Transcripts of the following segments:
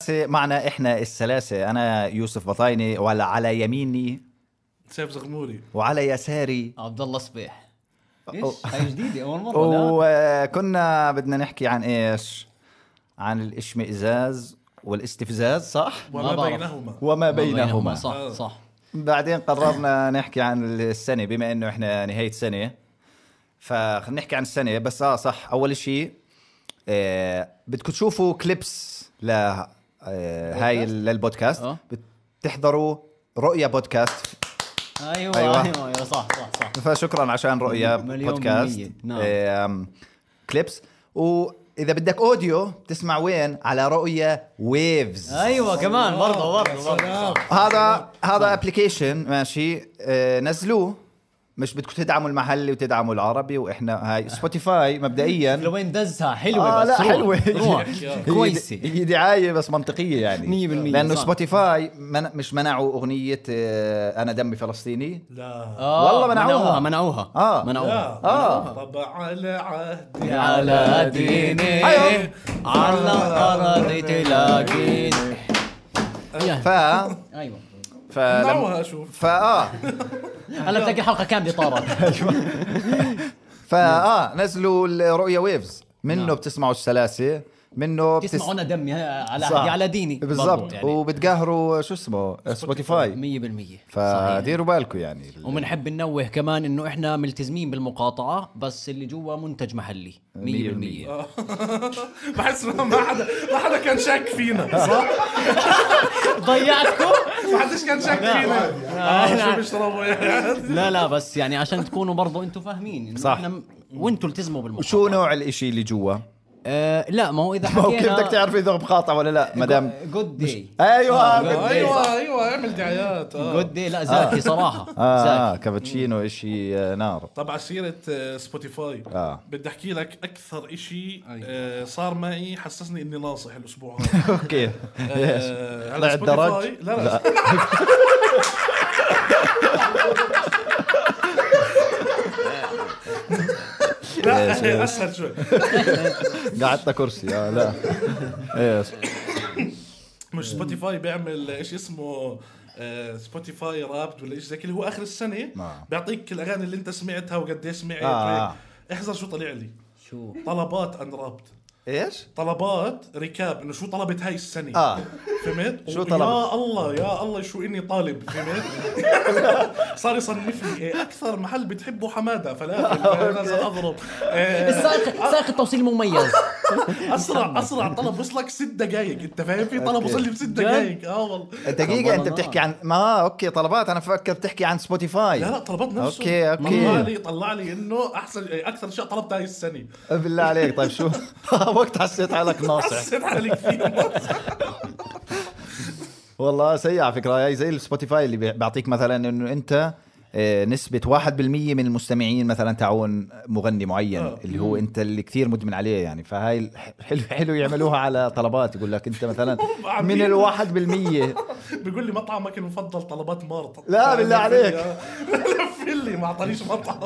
السلاسة معنا إحنا السلاسة أنا يوسف بطايني وعلى على يميني سيف زغموري وعلى يساري عبد الله صبيح أو- ليش؟ هاي جديدة أول مرة لا وكنا بدنا نحكي عن إيش عن الإشمئزاز والاستفزاز صح ما وما بعرف. بينهما وما ما بينهما صح آه. صح بعدين قررنا نحكي عن السنة بما انه احنا نهاية سنة فخلينا نحكي عن السنة بس اه صح اول شيء آه بدكم تشوفوا كليبس ل آه هاي ال- للبودكاست آه. بتحضروا رؤيا بودكاست أيوة أيوة. أيوة, أيوة صح صح صح فشكرا عشان رؤيا مليون بودكاست بالمية، نعم. آم، كليبس واذا بدك اوديو بتسمع وين على رؤيا ويفز أيوة كمان برضه برضه برضه صح. هذا هذا طيب. ابلكيشن ماشي آه، نزلوه مش بدكم تدعموا المحلي وتدعموا العربي واحنا هاي سبوتيفاي مبدئيا لوين دزها حلوة آه بس لا روح. حلوه روح هي- كويسة هي دعايه بس منطقيه يعني 100% لانه صح. سبوتيفاي من مش منعوا اغنيه آه، انا دمي فلسطيني لا آه، والله منعوها. منعوها آه. منعوها لا آه. طبع على عهدي على ديني أيوة. أيوه. على الأرض تلاقيني ف آه. أيوة نعم. فلم... نوها شوف فاه هلا بتلاقي حلقة كاملة طارت فاه نزلوا الرؤيا ويفز منه نعم. بتسمعوا السلاسه منه بتس... تسمعونا دمي ها، على صح. أحدي على ديني بالضبط برضو يعني. يعني وبتقهروا شو اسمه سبوتيفاي 100% صحيح. فديروا بالكم يعني وبنحب ننوه كمان انه احنا ملتزمين بالمقاطعه بس اللي جوا منتج محلي 100% بحس ما ما حدا ما حدا كان شاك فينا صح؟ ضيعتكم ما حدش كان شاك فينا آه، شو بيشربوا يعني لا لا بس يعني عشان تكونوا برضو انتم فاهمين انه صح. احنا م- وانتم التزموا بالمقاطعه شو نوع الاشي اللي جوا؟ آه لا ما هو اذا ما هو حكينا كيف بدك تعرف اذا مقاطع ولا لا ما دام جود داي ايوه آه، بدي- ايوه ايوه اعمل دعايات آه. جود داي لا زاكي صراحه اه, آه زاكي كابتشينو اشي آه، نار طبعا سيرة آه، سبوتيفاي آه. بدي احكي لك اكثر اشي أيوة. آه، صار معي حسسني اني ناصح الاسبوع هذا اوكي آه، على طلع Spotify- الدرج؟ لا لا لا اسهل شوي قعدت كرسي اه لا ايش مش سبوتيفاي بيعمل ايش اسمه آه، سبوتيفاي رابد ولا ايش زي كده اللي هو اخر السنه نعم. بيعطيك الاغاني اللي انت سمعتها وقديش سمعت آه. وهيك. احذر شو طلع لي شو طلبات ان رابد ايش؟ طلبات ركاب انه شو طلبت هاي السنه اه فهمت؟ شو و- طلبت؟ يا الله يا الله شو اني طالب فهمت؟ صار يصنفني إيه، اكثر محل بتحبه حماده فلافل لازم اضرب إيه، السائق سائق التوصيل مميز اسرع اسرع طلب وصلك ست دقائق انت فاهم في طلب أوكي. وصل لي بست دقائق اه والله دقيقة والله انت نار. بتحكي عن ما اوكي طلبات انا فكر بتحكي عن سبوتيفاي لا لا طلبات نفسه أوكي، أوكي. طلع لي طلع لي انه احسن إيه، اكثر شيء طلبته هاي السنه بالله عليك طيب شو وقت حسيت حالك ناصح حسيت حالي كثير والله سيء على فكرة هي زي السبوتيفاي اللي بي- بيعطيك مثلا انه انت آه، نسبة 1% من المستمعين مثلا تعون مغني معين آه. اللي هو انت اللي كثير مدمن عليه يعني فهاي ال- حلو حلو يعملوها على طلبات يقول لك انت مثلا من ال 1% بيقول لي مطعمك المفضل طلبات طيب، مرت لا، بالله عليك. لف لي ما اعطانيش مطعم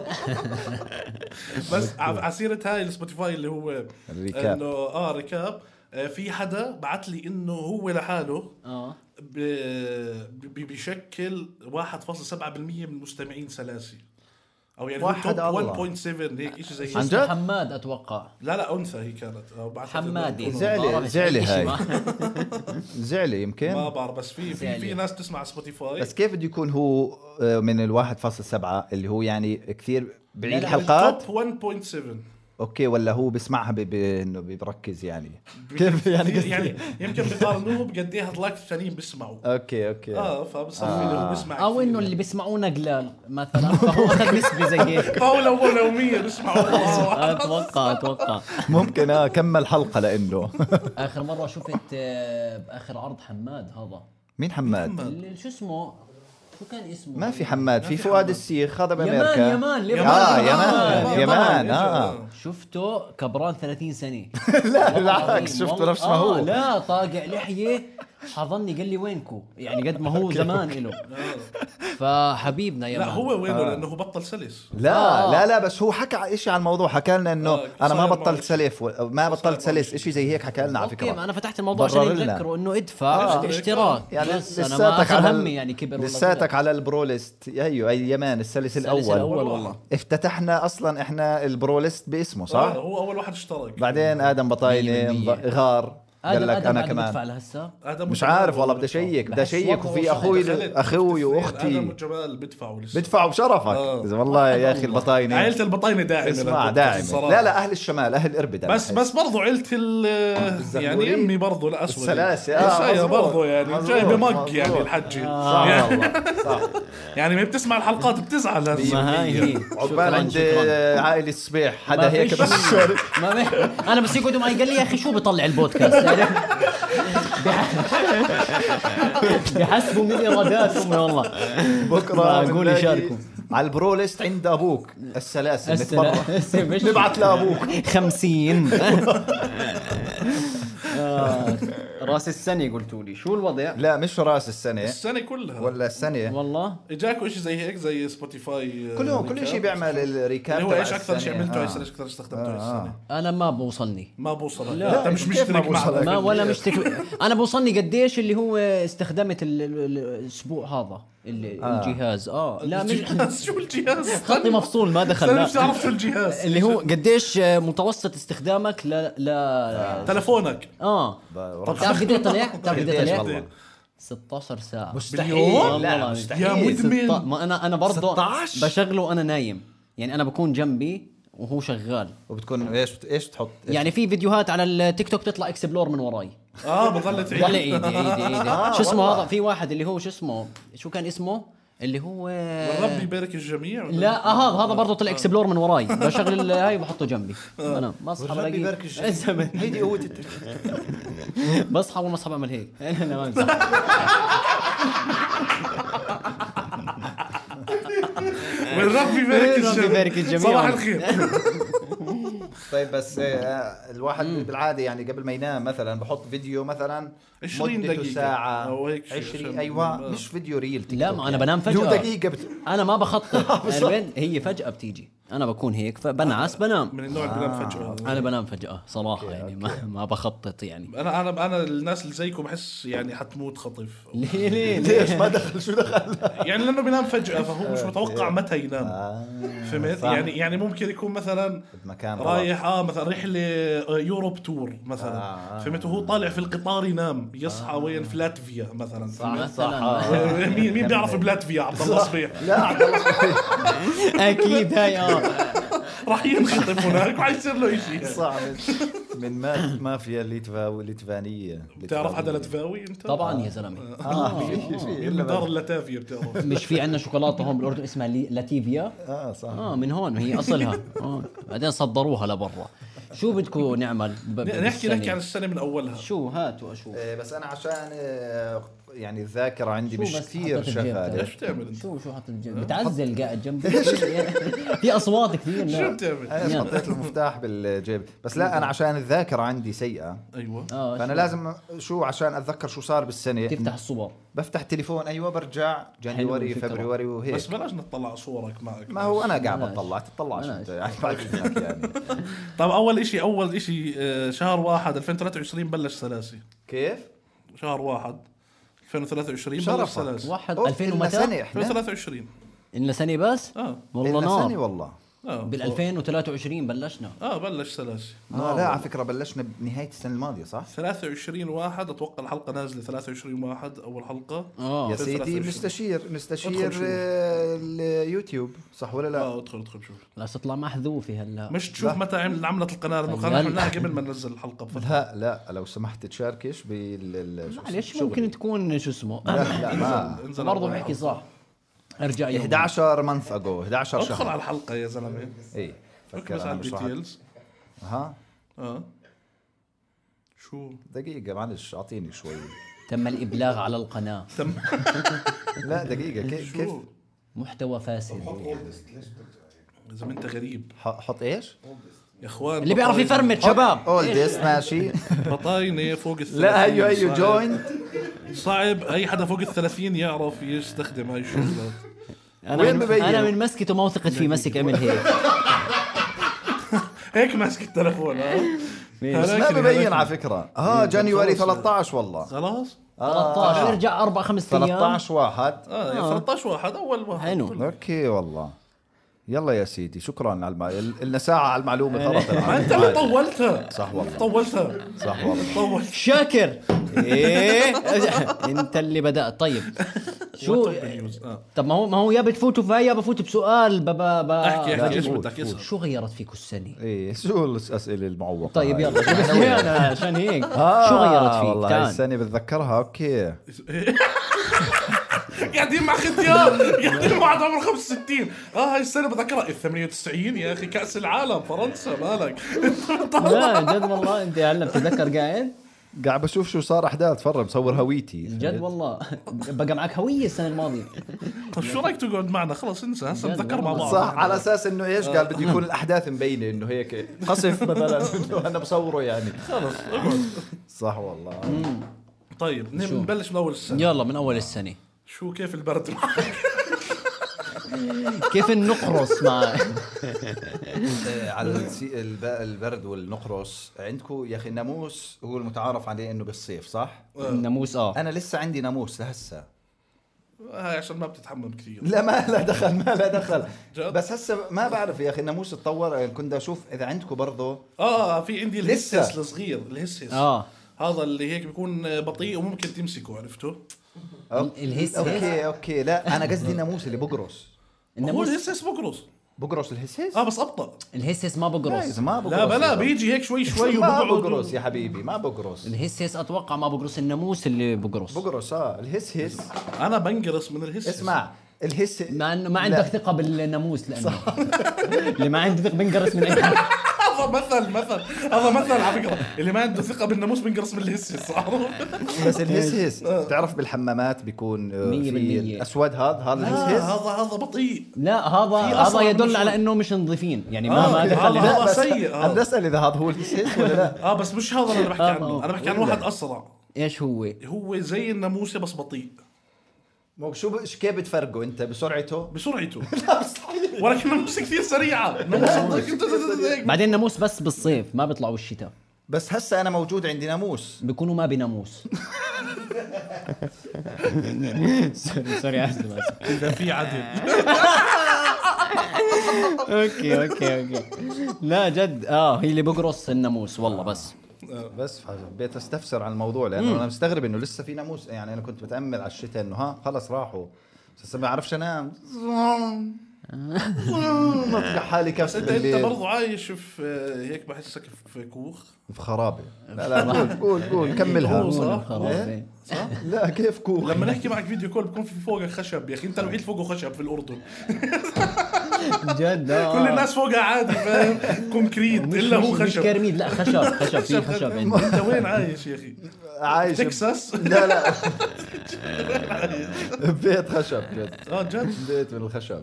بس ع- عسيرة هاي السبوتيفاي اللي هو الريكاب. انه اه ريكاب آه، في حدا بعت لي انه هو لحاله آه. اه ب- ب- بيشكل 1.7% من المستمعين سلاسي او يعني هو واحد توب الله. 1.7 هيك شيء زي عن هيك جد؟ حماد اتوقع لا لا انثى هي كانت آه، بعثت لنا حمادي يكونوا- زعلي- بعرف زعلي إشي هاي. ما- زعلي ما يمكن بعرف بس في في, في زعلي. ناس تسمع سبوتيفاي بس كيف بده يكون هو آه، من ال 1.7 اللي هو يعني كثير بعيد لا، حلقات توب 1.7 اوكي ولا هو بيسمعها ب- ب- انه بركز يعني كيف يعني كثير- قصدي يعني يمكن بيقارنوه بقد ايه هذلاك الثانيين بيسمعوا اوكي اوكي اه فبصفي اللي آه. هو بيسمع او كثير. انه اللي بيسمعونا قلال مثلا فهو اخذ نسبه زي هيك طاولة أول يومية بيسمعوا آه، آه. اتوقع اتوقع ممكن اه كمل حلقه لانه اخر مره شفت آه، باخر عرض حماد هذا مين حماد؟ اللي- شو اسمه شو كان اسمه ما في حماد في فؤاد السيخ هذا بامريكا يمان يمان ليه؟ اه يمان، يمان يمان آه. اه شفته كبران 30 سنه لا والله بالعكس العظيم، شفته والله- نفس ما هو آه، لا طاقع لحيه حضني قال لي وينكو يعني قد ما هو زمان له فحبيبنا يا لا مان. آه. هو وينه لانه بطل سلس لا آه. لا لا بس هو حكى شيء عن الموضوع حكى لنا انه آه، انا ما صاير معه بطلت سلف و- ما بطلت سلس شيء زي هيك حكى لنا على اوكي ما فكره انا فتحت الموضوع عشان برر لنا. يتذكروا انه ادفع آه. اشتراك يعني بس انا ما لساتك اخذ على همي يعني كبر ولا لساتك على البرو ليست ايوه اي يمان السلس صغير. الثالث الاول الاول والله افتتحنا اصلا احنا البرو ليست باسمه آه، صح؟ هو اول واحد اشترك بعدين ادم مية بطاينه بالمية. غار قال ادم لك ادم انا بعد ما بدفع كمان لهسه آدم مش وجمال عارف والله بدي بيدفعوا. اشيك بدي بحس اشيك وضعه وفي صعب. اخوي دخلت اخوي الاثنين، ادم واختي وجمال بدفعوا لسه بدفعوا بشرفك آه. اذا والله يا اخي والله. البطاينه عائلة البطاينة داعمة اسمع للبودكاست داعمه الصراحة. لا لا اهل الشمال اهل اربد أنا بس بحس. بس برضو عيلة ال يعني الزغلولية. امي برضو الاسود السلاسة، آه، السيا مزبوط، برضو يعني مزبوط، جاي بمق مزبوط. يعني الحجي صح يعني, آه، والله صح يعني ما بتسمع الحلقات بتزعل هسه. ما هاي هي عقبال شكراً، عند شكراً. عائلة صبيح ما حدا هيك فيش بس منه. ما بي... انا بس يقعدوا معي قال لي يا اخي شو بيطلع البودكاست يعني بح- بحسبوا من اراداتهم يا والله بكره أقول بنلاقي يشاركوا. على البرو ليست عند ابوك السلاسل نتبرع السلام مش نبعث لابوك 50 آه، راس السنه قلتوا لي شو الوضع لا مش راس السنه السنة كلها ولا السنه والله اجاكوا شيء زي هيك زي سبوتيفاي آه، كلهم كل ريكاب؟ شيء بيعمل الريكاب اللي هو تبع ايش اكثر شيء السنة. عملته آه. هاي السنة ايش اكثر استخدمته هاي السنة انا ما بوصلني ما بوصلك لا، انت مش كيف ما مشترك بوصلك؟ مع آه. ما ولا مشتك انا بوصلني قديش اللي هو استخدمت ال- ال- ال- الاسبوع هذا ال- آه. الجهاز اه لا مش الجهاز شو الجهاز؟ خطي مفصول ما دخل انا لا. مش عارف شو الجهاز اللي هو قديش آه، متوسط استخدامك ل ل تلفونك اه ب- طب تعرف قد ايه طلع؟ تعرف قد قديش ايه والله؟ طلع؟ 16 ساعة مستحيل باليوم؟ لا، إيه؟ والله مستحيل يا مدمن. ستة- ما انا انا برضه 16 بشغله وانا نايم يعني انا بكون جنبي وهو شغال وبتكون ايش ايش تحط إيش- يعني في فيديوهات على التيك توك تطلع اكسبلور من وراي إيه، اه بضل تعيد ولا ايدي ايدي إيه؟ آه، ايدي شو اسمه والله. هذا في واحد اللي هو شو اسمه شو كان اسمه اللي هو ربي يبارك الجميع لا آه، هذا هذا برضه طلع اكسبلور من وراي بشغل ال- هاي وبحطه جنبي انا بصحى آه. والرب بلاقي يبارك الجميع. هيدي قوه التفكير. بصحى اول ما اصحى بعمل هيك لا لا ما بمزح. والرب يبارك والرب الجميع يبارك الجميع. صباح الخير طيب بس آه، الواحد بالعاده يعني قبل ما ينام مثلا بحط فيديو مثلا 20 مدته دقيقة ساعه أو هيك شيء 20 عشان- ايوه آه. مش فيديو ريل تيك لا توك ما انا يعني. بنام فيديو فجأة دقيقه بت... انا ما بخطط البين هي فجأة بتيجي انا بكون هيك فبنعس بنام من النوع اللي بنام فجأة هذا انا بنام فجأة صراحة يعني ما, ما بخطط يعني انا انا انا الناس اللي زيكم بحس يعني حتموت خطف ليه ليه ليه ليش ما دخل شو دخل يعني لانه بينام فجأة فهو مش متوقع متى ينام فهمت؟ آه، صح. يعني يعني ممكن يكون مثلا مكان رايح اه مثلا رحله آه، يوروب تور مثلا آه. فهمت وهو طالع في القطار ينام يصحى وين في لاتفيا مثلا صح فهمت؟ صح آه، مين مين بيعرف بلاتفيا عبد الله صبيح لا عبد الله اكيد هاي اه راح ينخطف هناك وحيصير له شيء صعب من ما مافيا ليتفاو ليتفانيه بتعرف حدا لاتفاوي انت؟ طبعا يا زلمة اه في في من دار إلا اللتافية بتعرف مش في عندنا شوكولاتة هون بالأردن اسمها لي- لاتيفيا بس. اه صح اه من هون هي اصلها اه بعدين صدروها لبرا شو بدكم نعمل ب- ب- نحكي بالسنة؟ نحكي عن السنة من أولها شو هات واشوف إيه، بس انا عشان إيه، يعني الذاكره عندي شو مش بس كثير حطيت الجيب شغاله تبعك؟ ايش بتعمل انت؟ شو شو حاطط الجنب بتعزل قاعد جنبي في اصوات كثير شو لا بتعمل؟ انا يلا. حطيت المفتاح بالجيب بس لا انا عشان الذاكره عندي سيئه أيوة آه، فانا شو؟ لازم شو عشان اتذكر شو صار بالسنه تفتح الصور بفتح تليفون ايوه برجع جانيوري الفكرة. فبروري بس وهيك بلاش نطلع صورك معك إيه. ما هو انا قاعد بلاش. بطلع تطلعش بلاش. انت يعني بعد إذنك يعني طب طيب، أول إشي أول إشي آه، شهر واحد 2023 بلش سلاسي كيف؟ شهر واحد 2023 بلش شرفك. سلاسي واحد أوف، 2000 إلنا ومتى؟ سنه احنا 2023 إلنا سنة بس؟ اه والله إلنا سنه نار آه، والله اه بال 2023 بلشنا اه بلش سلاسي آه لا على فكره بلشنا بنهايه السنه الماضيه صح؟ 23 واحد اتوقع الحلقه نازله 23 واحد اول حلقه آه، يا اه في سيدي 23. نستشير نستشير ادخل شوف. آه، اليوتيوب صح ولا لا؟ اه ادخل ادخل شوف بس تطلع محذوفة هلا مش تشوف متى عمل عملت القناه لانه طيب كان هلا. عملناها قبل ما ننزل الحلقه بفتره لا لا لو سمحت تشاركش بال ال- شو- معلش شغلي. ممكن تكون شو اسمه لا لا ما انزل برضه على بحكي الحلقة. صح ارجع يوم 11 مانث اجو 11 ادخل على شهر الحلقه يا زلمه اي ركز فكر على انا مش راح- الديتيلز ها اه شو دقيقة معلش اعطيني شوي تم الابلاغ على القناة تم لا دقيقة كيف إيه، كيف شو محتوى فاسد اذا ما انت غريب ح- حط ايش؟ يا اخوان اللي بيعرف بطاينة- يفرمت شباب اولدس ماشي بطاينه فوق ال لا أيوة، 30 هيو هيو صعب- جوينت صعب اي حدا فوق ال 30 يعرف يستخدم هاي الشغلات انا وين من ببين؟ انا من مسكته ما وثقت فيه مسك عمل هيك هيك ماسك التليفون ها بس ما هلاكني- ببين هلاكني. على إيه، فكره اه جانيوري خلص. 13 والله خلاص آه. 13 يرجع اربع خمس ايام 13 واحد اه, آه. 13 واحد اول واحد حلو. كله. اوكي والله يلا يا سيدي شكرا على الم... ال- لنا ساعه على إيه. المعلومه خلص ما انت اللي طولتها طيب. صح والله. طولتها صح والله طولت شاكر ايه انت اللي بدات طيب شو آه. طب ما هو ما هو يا بتفوتوا فيها يا بفوت بسؤال بابا بابا احكي لا، احكي ايش قول، بدك قول. اسال شو غيرت فيكم السنه ايه شو الاسئله المعوقه طيب هاي؟ يلا ليه انا عشان هيك شو غيرت آه، فيك والله هاي تعال السنه بتذكرها اوكي قاعدين مع ختيار قاعدين مع واحد عمره 65 اه هاي السنه بذكرها ال 98 يا اخي كاس العالم فرنسا مالك لا جد والله انت هلا بتتذكر قاعد قاعد بشوف شو صار احداث فرا مصور هويتي جد والله بقى معك هويه السنه الماضيه طيب شو رايك تقعد معنا خلص انسى هسه جد نتذكر مع والله. بعض صح على اساس انه ايش قال بده يكون الاحداث مبينه انه هيك قصف مثلا انه انا بصوره يعني خلص اقعد صح والله طيب نبلش من اول السنه يلا من اول السنه شو كيف البرد كيف نقرص مع آه، على الس- الب- البرد والنقرس عندكم يا اخي الناموس هو المتعارف عليه انه بالصيف صح؟ الناموس اه انا لسه عندي ناموس لهسه هاي عشان ما بتتحمم كثير لا ما لا دخل ما لا دخل جد؟ بس هسه ما بعرف يا اخي الناموس اتطور يعني كنت اشوف اذا عندكم برضه اه في عندي لسه. آه. الهسس الصغير الهسس اه هذا اللي هيك بيكون بطيء وممكن تمسكه عرفته أوك- الهس- اوكي اوكي لا انا قصدي الناموس اللي بقرص هو الناموس الهسس بقرص بقرص الهسس اه بس ابطا الهسس ما بقرص جايز إيه، ما بقرص لا بلا يا زلمة. بيجي هيك شوي شوي ما وبقعد بقرص يا حبيبي ما بقرص الهسس اتوقع ما بقرص الناموس اللي بقرص بقرص اه الهس هس انا بنقرص من الهسس اسمع الهس ما انه ما لا. عندك ثقه بالناموس لانه اللي ما عنده ثقه بنقرص من اي حد. هذا مثل مثل هذا مثل على فكره اللي ما عنده ثقه بالناموس بنقرص من الهسس عرفت؟ بس الهس هس بتعرف بالحمامات بيكون آه، مية في بالمية. الاسود هذا هذا آه، الهس هس هذا هذا بطيء لا هذا في هذا أصلاً يدل مش- على انه مش نظيفين يعني ما آه، ما أوكي. دخل هذا- لا، بس سيء هذا. انا بسال اذا هذا هو الهس هس ولا لا اه بس مش هذا اللي انا بحكي آه، عنه آه. انا بحكي عن واحد اسرع ايش هو هو زي الناموسه بس بطيء مو شو ب- شو كيف بتفرقه انت بسرعته بسرعته ولكن الناموسه كثير سريعه الناموسه بعدين ناموس بس بالصيف ما بيطلعوا الشتاء بس هسه انا موجود عندي ناموس بيكونوا ما بناموس سوري سوري اسف آسف. اذا في عدل اوكي اوكي اوكي لا جد اه هي اللي بقرص الناموس والله بس بس حبيت استفسر عن الموضوع لانه انا مستغرب انه لسه في ناموس يعني انا كنت متامل على الشتاء انه ها خلص راحوا بس هسه ما بعرفش انام بطلع حالي كبس انت انت بالليل برضه عايش في هيك بحسك في كوخ في خرابه لا لا قول قول قول هو كملها صح. إيه؟ خرابي صح؟ لا كيف كوخ لما نحكي معك فيديو كول بكون في فوقك خشب يا اخي انت الوحيد فوقه خشب في الاردن آه. جد آه. كل الناس فوقها عادي فاهم كونكريت الا هو مش خشب كرميد لا خشب خشب في خشب عندي. انت وين عايش يا اخي؟ عايش تكساس؟ لا لا بيت خشب جد اه جد بيت من الخشب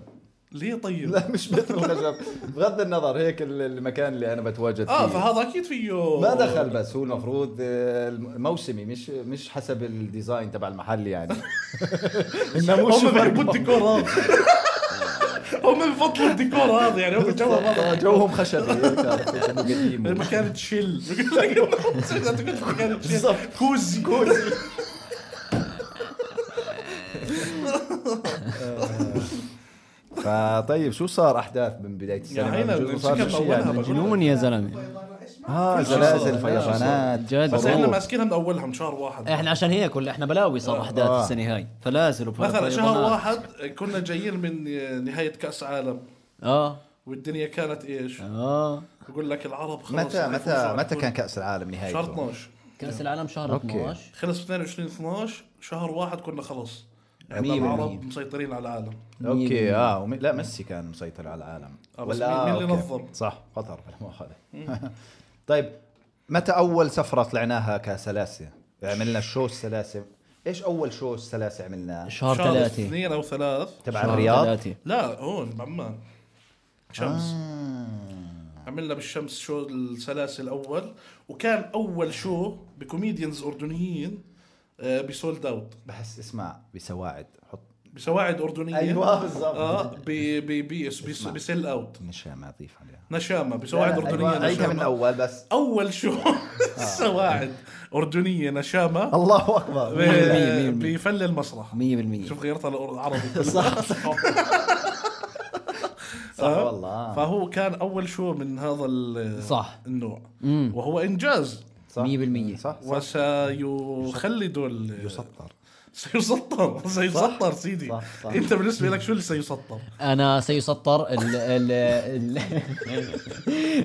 ليه طيب؟ لا مش بيت من الخشب بغض النظر هيك ال- المكان اللي انا بتواجد فيه اه فهذا اكيد فيه ما دخل بس هو المفروض آه، موسمي مش مش حسب الديزاين تبع المحل يعني انه مش هم بيحبوا الديكور هذا هم بفضلوا الديكور هذا يعني هم جو هذا آه، جوهم خشبي هيك عرفت، إنه قديم المكان تشيل بالضبط كوزي كوزي فطيب طيب، شو صار احداث من بدايه يا عيني، السنه شو المسكة صار شيء بأولها يعني بقى. جنون يا زلمه اه صار. زلازل فيضانات جد بس احنا والله. ماسكينها من اولها من شهر واحد احنا عشان هيك ولا احنا بلاوي صار احداث آه. السنه هاي فلازل وفلازل مثلا شهر واحد كنا جايين من نهايه كاس عالم اه والدنيا كانت آه. ايش؟ اه بقول لك العرب خلص متى متى حيفوزوا متى على كان كاس العالم الكل. شهر نهايته 12 كاس العالم شهر أوكي. 12 خلص 22 12 شهر واحد كنا خلص مية احنا بالمية. العرب مسيطرين على العالم اوكي اه ومي... لا ميسي كان مسيطر على العالم آه، بس مين- مين اللي أوكي. نظم؟ صح قطر لا مؤاخذه طيب متى اول سفره طلعناها كسلاسه؟ عملنا شو السلاسه ايش اول شو السلاسه عملناه؟ شهر شهر 3 اثنين او ثلاث تبع الرياض لا هون بعمان شمس آه. عملنا بالشمس شو السلاسل الاول وكان اول شو بكوميديانز اردنيين آه، بسولد اوت بحس اسمع بسواعد حط بسواعد اردنيه أيوة، بالضبط. اه ب- ب- بيس- بيس- بسيل اوت نشام اضيف عليها نشامه بسواعد اردنيه أيوة، آه. عيدها من نشامه الاول بس اول شو سواعد اردنيه نشامه الله اكبر ب- مية مية مية مية. بفل المسرح 100% شوف غيرتها للعربي صح صح والله آه. فهو كان اول شو من هذا ال- صح. النوع وهو انجاز صح صح 100%. صح وسيخلد ال- يسطر سيسطر سيسطر سيدي صح، صح. انت بالنسبه لك شو اللي سيسطر؟ انا سيسطر ال ال ال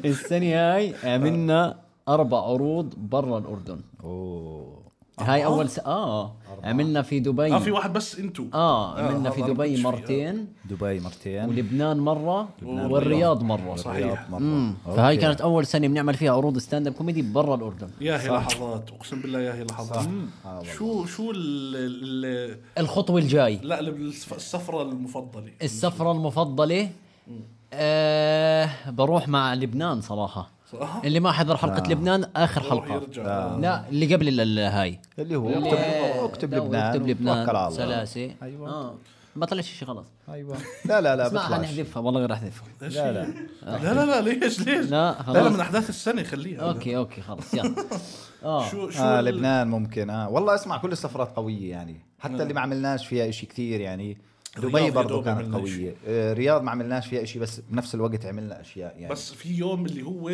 السنه هاي عملنا اربع عروض برا الاردن اوه هاي اول س... اه عملنا في دبي أيوه. اه في واحد بس انتو اه عملنا آه، في هذا ما كنتش دبي فيه. مرتين دبي مرتين ولبنان مره والرياض مره صح. والرياض مرة. فهاي أوكي. كانت اول سنه بنعمل فيها عروض ستاند اب كوميدي برا الاردن يا هي لحظات اقسم بالله يا هي لحظات آه والله. شو شو ال ال- الخطوه الجاي لا ال- السفره المفضله السفرة المفضلة آه بروح مع لبنان صراحة صراحة؟ اللي ما حضر آه. حلقة لبنان آخر يروح حلقة آه. يرجع لا اللي قبل ال- ال- هاي اللي هو اكتب اللي- اكتب لا، لبنان اكتب لبنان وتوكل على الله. سلاسة أيوة. آه. ما طلعش شيء غلط ايوه لا لا لا اسمع بطلعش حنحذفها والله غير احذفها ليش لا هي؟ لا آه. لا لا لا ليش ليش؟ لا، لا خلاص. لا من احداث السنه خليها أيوة. اوكي اوكي خلص يلا اه شو شو اه ال- لبنان ممكن اه والله اسمع كل السفرات قويه يعني حتى آه. اللي ما عملناش فيها إشي كثير يعني الرياض يا دبي برضه دوب كانت عملنا قويه آه، رياض ما عملناش فيها إشي بس بنفس الوقت عملنا اشياء يعني بس في يوم اللي هو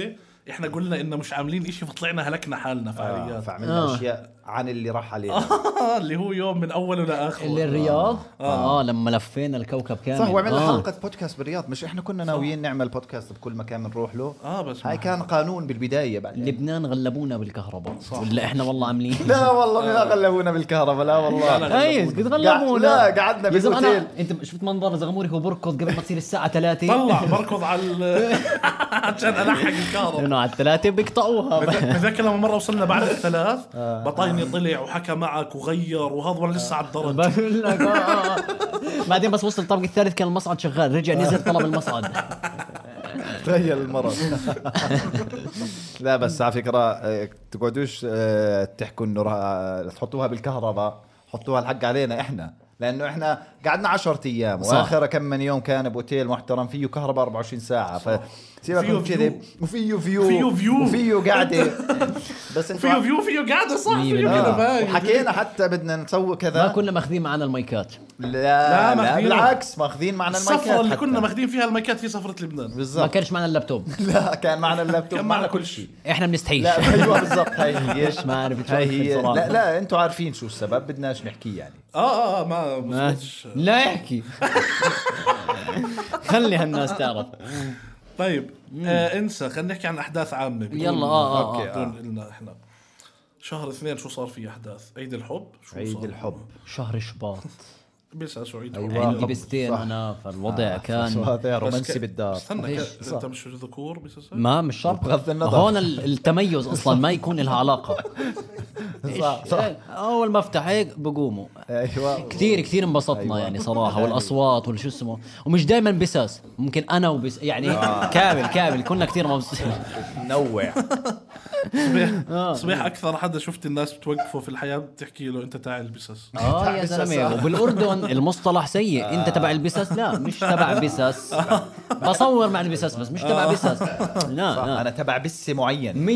احنا قلنا انه مش عاملين إشي فطلعنا هلكنا حالنا آه فعاليات فعملنا آه. اشياء عن اللي راح عليه آه، اللي هو يوم من اوله لاخره اللي الرياض اه, آه لما لفينا الكوكب كامل صح وعملنا آه. حلقه بودكاست بالرياض مش احنا كنا ناويين نعمل بودكاست بكل مكان بنروح له آه، بس هاي ما- كان قانون بالبدايه بعدين لبنان غلبونا بالكهرباء ولا احنا والله عاملين لا والله ما غلبونا بالكهرباء لا والله ايس قد غلبونا قع- لا، قعدنا يا زلمة أنا- بالأوتيل. انت شفت منظر زغموري هو بركض قبل ما تصير الساعه 3 طلع بركض على ال- عشان الحق الكهرباء لانه على الثلاثه بيقطعوها بتذكر لما مره وصلنا بعد الثلاث بطايني طلع وحكى معك وغير وهذا وانا لسه على الدرج بقول لك، آه، آه. بعدين بس وصل الطابق الثالث كان المصعد شغال رجع نزل طلب المصعد تخيل المرض لا بس على فكره آه، تقعدوش آه، تحكوا انه را- تحطوها بالكهرباء حطوها الحق علينا احنا لانه احنا قعدنا 10 ايام صح. واخر كم من يوم كان باوتيل محترم فيه كهرباء 24 ساعه ف فيه سيبكم فيو. كذب وفيه فيو فيه فيو. وفيه قعده بس انتوا فيه فيو فيه قاعده صح مين فيه اللي- كذا آه. باين. وحكينا حتى بدنا نسوي كذا ما كنا ماخذين معنا المايكات لا, لا, لا، ماخذينه. بالعكس ماخذين معنا المايكات السفره اللي حتى. كنا ماخذين فيها المايكات هي سفره لبنان ما بالضبط كانش معنا اللابتوب لا كان معنا اللابتوب كان معنا كل شيء احنا بنستحيش لا ايوه بالضبط هاي هي ليش ما عرفت هاي شو هي صراحة. لا لا انتم عارفين شو السبب بدناش نحكيه يعني اه اه ما ما- مزبوطش. لا يحكي خلي هالناس تعرف طيب آه انسى خلينا نحكي عن احداث عامه بدون- يلا، آه، آه، أوكي، آه. بدون إلنا احنا شهر اثنين شو صار في احداث عيد الحب شو عيد صار؟ الحب شهر شباط بس اسوا عيد الحب أيوة. عندي صح. آه، بستين انا يعني فالوضع كان هذا بس رومانسي ك- بالدار استنى ليش؟ ك- انت مش ذكور بس اسوا؟ ما مش شرط بغض النظر. هون ال- التميز اصلا ما يكون لها علاقه صح صح اول ما افتح هيك بقوموا ايوه كثير كثير انبسطنا أيوة. يعني صراحه والاصوات والشو اسمه ومش دائما بساس ممكن انا وبس يعني آه. كامل كامل كنا كثير مبسوطين نوع آه. صبيح صبيح اكثر حدا شفت الناس بتوقفه في الحياه بتحكي له انت تعال بسس اه يا زلمه وبالاردن المصطلح سيء انت تبع البساس لا مش تبع بساس بصور مع البساس بس مش تبع بساس لا لا انا تبع بسه معين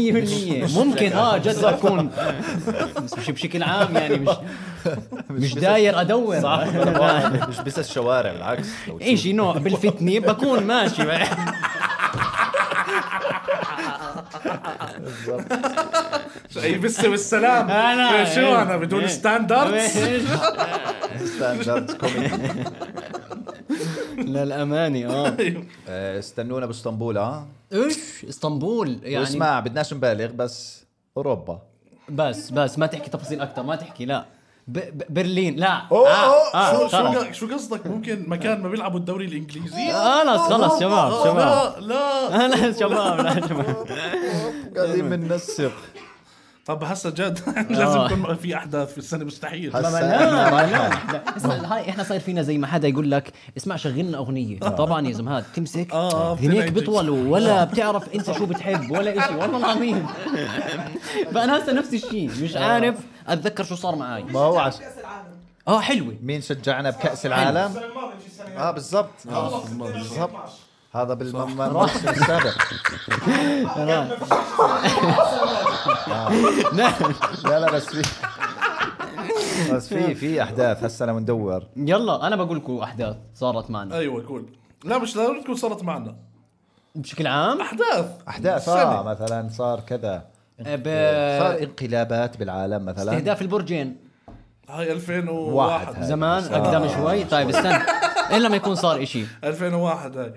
100% ممكن اه جد اكون بس مش بشكل عام يعني مش مش داير ادور صح مش بس الشوارع بالعكس لو تشوف. ايش نوع بالفتنه بكون ماشي اي بس والسلام أنا- شو انا بدون إيه. ستاندردز ستاندرد كوميدي للامانه اه آه، استنونا باسطنبول اه ايش اسطنبول يعني واسمع بدناش نبالغ بس اوروبا بس بس ما تحكي تفاصيل اكثر ما تحكي لا ب ب برلين لا أوه، آه، شو آه، خلص. شو شو قصدك ممكن مكان ما بيلعبوا الدوري الانجليزي خلص خلص شباب آه، شباب لا لا لا شباب لا شباب إيه. قاعدين بننسق طب هسه جد لازم آه. يكون في احداث في السنه مستحيل هسا- ما لا ما لا اسمع هاي احنا صاير فينا زي ما حدا يقول لك اسمع شغلنا اغنيه طبعا يا زلمه هاد تمسك آه، هنيك بتنعجز. بطول ولا بتعرف انت شو بتحب ولا إشي والله العظيم فانا هسه نفس الشيء مش عارف اتذكر شو صار معي ما هو عش... كاس العالم اه حلوه مين شجعنا بكاس العالم السنه الماضيه مش السنه اه هاي. بالضبط آه. خلص بالضبط 2012. هذا بالم- بالموسم السابق لا لا بس في بس في في احداث هسه لما ندور يلا انا بقول لكم احداث صارت معنا ايوه قول لا مش لازم تكون صارت معنا بشكل عام احداث احداث السنة. اه آه. مثلا صار كذا ب... صار انقلابات بالعالم مثلا آه، استهداف البرجين هاي 2001 واحد هاي. زمان اقدم شوي طيب استنى الا ما يكون صار إشي 2001 هاي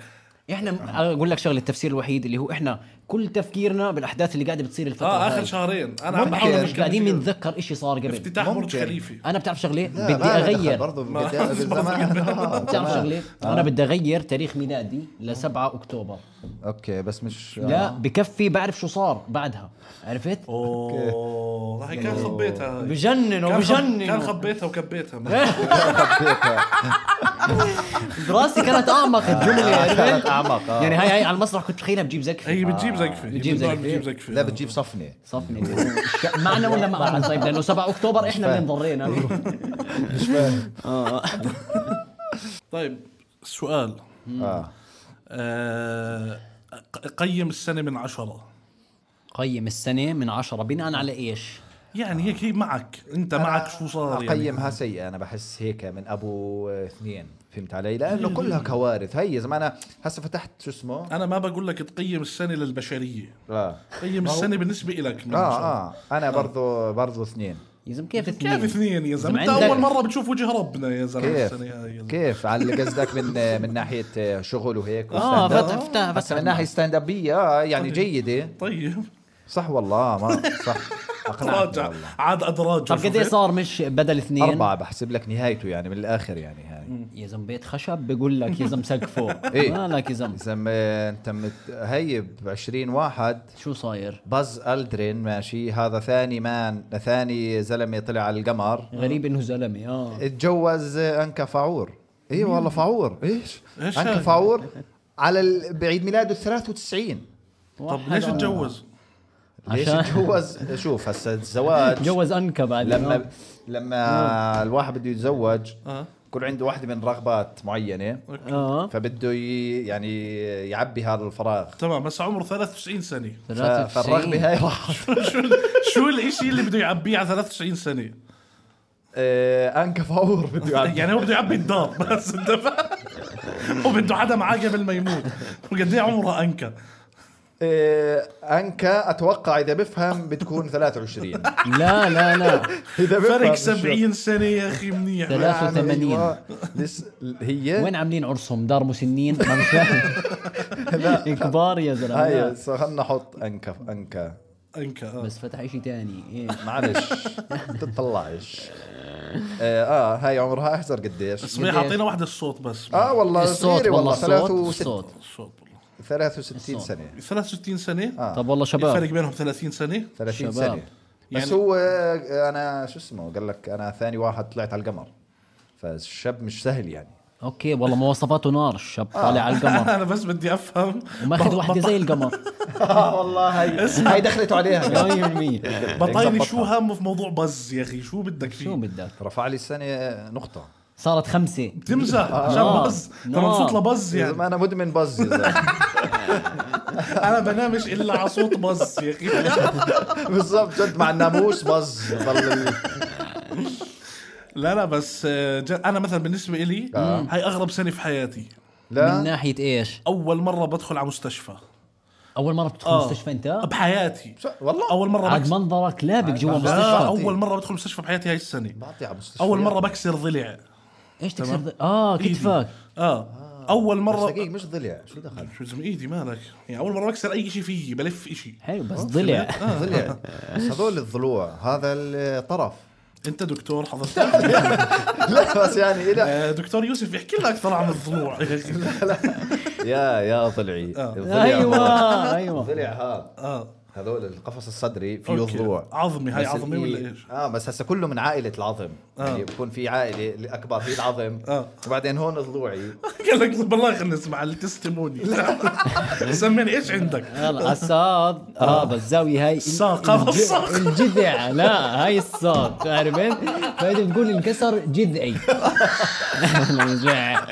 احنا اقول لك شغله التفسير الوحيد اللي هو احنا كل تفكيرنا بالاحداث اللي قاعده بتصير الفتره اه اخر هاي. شهرين انا عم ممكن. بحاول مش قاعدين بنتذكر إشي صار قبل افتتاح برج ممكن. خليفه انا بتعرف شغله لا، بدي ما له دخل اغير برضه ما- بدي زمان آه، بتعرف زمان. شغله انا بدي اغير تاريخ ميلادي ل 7 اكتوبر اوكي بس مش لا بكفي بعرف شو صار بعدها عرفت اوه هاي كان خبيتها هاي. بجنن كان خب- كان وبجنن خبيتها وكبيتها دراسي كانت اعمق الجمله كانت عرفت اعمق آه. يعني هاي هاي على المسرح كنت تخيلها بجيب زكفي هي بتجيب زقفه بتجيب بتضل زقفة. بتجيب زقفه لا بتجيب صفنه صفني معنا ولا معنا طيب لانه 7 اكتوبر احنا اللي انضرينا أيوه. طيب سؤال اه آه، ق- قيم السنه من عشره قيم السنه من 10 بناء على ايش؟ يعني هيك هي معك انت معك شو صار يعني اقيمها سيئه انا بحس هيك من ابو اثنين فهمت علي لانه كلها كوارث هي زمان انا هسه فتحت شو اسمه انا ما بقول لك تقيم السنه للبشريه اه قيم السنه بالنسبه لك من آه، اه عشرة. اه انا برضو برضو اثنين يا زلمه كيف اثنين؟ كيف اثنين يا زلمه انت زلمة عندك- اول مره بتشوف وجه ربنا يا زلمه كيف السنه هاي يا زلمة. كيف على اللي قصدك من من ناحيه شغل وهيك اه وستاند أب. فتح فتح بس فتح من ناحيه ستاند ابيه آه يعني جيده طيب صح والله ما صح اقنعتني راجع والله عاد ادراج طب قد ايه صار مش بدل اثنين؟ أربعة بحسب لك نهايته يعني من الآخر يعني هاي يا زلمه بيت خشب بقول لك يا زلمه سقفه إيه. مالك يا زلمه إذا ما أنت مت- هي ب 20 واحد شو صاير؟ باز الدرين ماشي هذا ثاني مان ثاني زلمه طلع على القمر غريب انه زلمه اه اتجوز انكا فاعور اي والله فاعور ايش إيش انكا هاي؟ فاعور على ال- بعيد ميلاده 93 طب ليش واحد- اتجوز؟ ليش عشان- اتجوز شوف هسه الزواج تجوز انكا بعد آه. لما لما الواحد بده يتزوج اه يكون عنده واحدة من رغبات معينة اه فبده ي- يعني يعبي هذا الفراغ تمام هسه عمره 93 سنه ف- 93. فالرغبة هاي راح شو شو الاشي اللي بده يعبيه على 93 سنه؟ انكا فاور آه، بده يعبي يعني هو بده يعبي الدار بس انت فاهم؟ هو بده حدا معاه قبل ما يموت وقد ايه عمره انكا إيه، انكا اتوقع اذا بفهم بتكون 23 لا لا لا اذا بفهم فرق مش- 70 سنه يا اخي منيح ثلاثة. 83. أيوة. لس... هي وين عاملين عرسهم؟ دار مسنين ما مش فاهم. كبار يا زلمه هاي لا. خلينا نحط انكا في انكا انكا آه. بس فتح شيء ثاني ايه معلش تطلعش آه, اه هاي عمرها احزر قديش صبيح قد إيه؟ اعطينا واحدة الصوت بس آه. اه والله الصوت صغيرة والله والله الصوت 63 الصوت الصوت والله 63 الصوت. سنة 63 سنة آه. طب والله الفرق شباب بينهم 30 سنة 30 شباب. سنة بس يعني- هو آه، انا شو اسمه قال لك انا ثاني واحد طلعت على القمر فالشاب مش سهل يعني اوكي والله مواصفاته نار آه. الشاب طالع على القمر انا بس بدي افهم وماخذ بط- واحده زي القمر اه والله هاي هاي دخلته عليها 100% بطايني ظبطها. شو هامه في موضوع بز يا اخي شو بدك شو فيه بدك؟ رفع لي السنة نقطة صارت خمسه تمزح عشان نار. بز انت نار. مبسوط لبز يا يعني زلمة انا مدمن بز يا زلمة. انا بنامش الا على صوت بز يا اخي بالضبط جد مع الناموس بز ضل لا لا بس آه، جد انا مثلا بالنسبة إلي آه. هاي اغرب سنة في حياتي من لا ناحيه ايش؟ اول مرة بدخل على مستشفى اول مره بتدخل آه. مستشفى انت؟ بحياتي شو- والله اول مرة عاد بكسر- منظرك لابق جوا عاد- لا، مستشفى. مستشفى اول مرة بدخل مستشفى بحياتي هاي السنة بعطي على مستشفى اول مرة بكسر ضلع ايش تكسر ذ- اه إيدي. كتفك اه اول مرة آه. دقيقة مش ضلع شو دخل شو لازم ايدي مالك يعني اول مره بكسر اي شيء فيي بلف شيء حلو بس ضلع آه. ضلع بس هذول الضلوع هذا الطرف انت دكتور حضرتك لا بس يعني إلى آه، دكتور يوسف يحكي لنا اكثر عن الضلوع يا أخي. يا يا ضلعي آه. الضلع هذا. أيوة. ايوه ايوه الضلع هذا اه هذول القفص الصدري فيه أوكي. ضلوع عظمي هاي بس عظمي الإيد- ولا ايش؟ اه بس هسه كله من عائله العظم آه. يعني بكون في عائله الاكبر في العظم آه. وبعدين هون ضلوعي قال لك بالله خلينا نسمع التستيموني سمعني ايش عندك؟ يلا الصاد آه. اه بس الزاويه هاي ال- الساق، هذا الج- الساق. الجذع لا هاي الساق تعرف انت فانت بتقول انكسر جذعي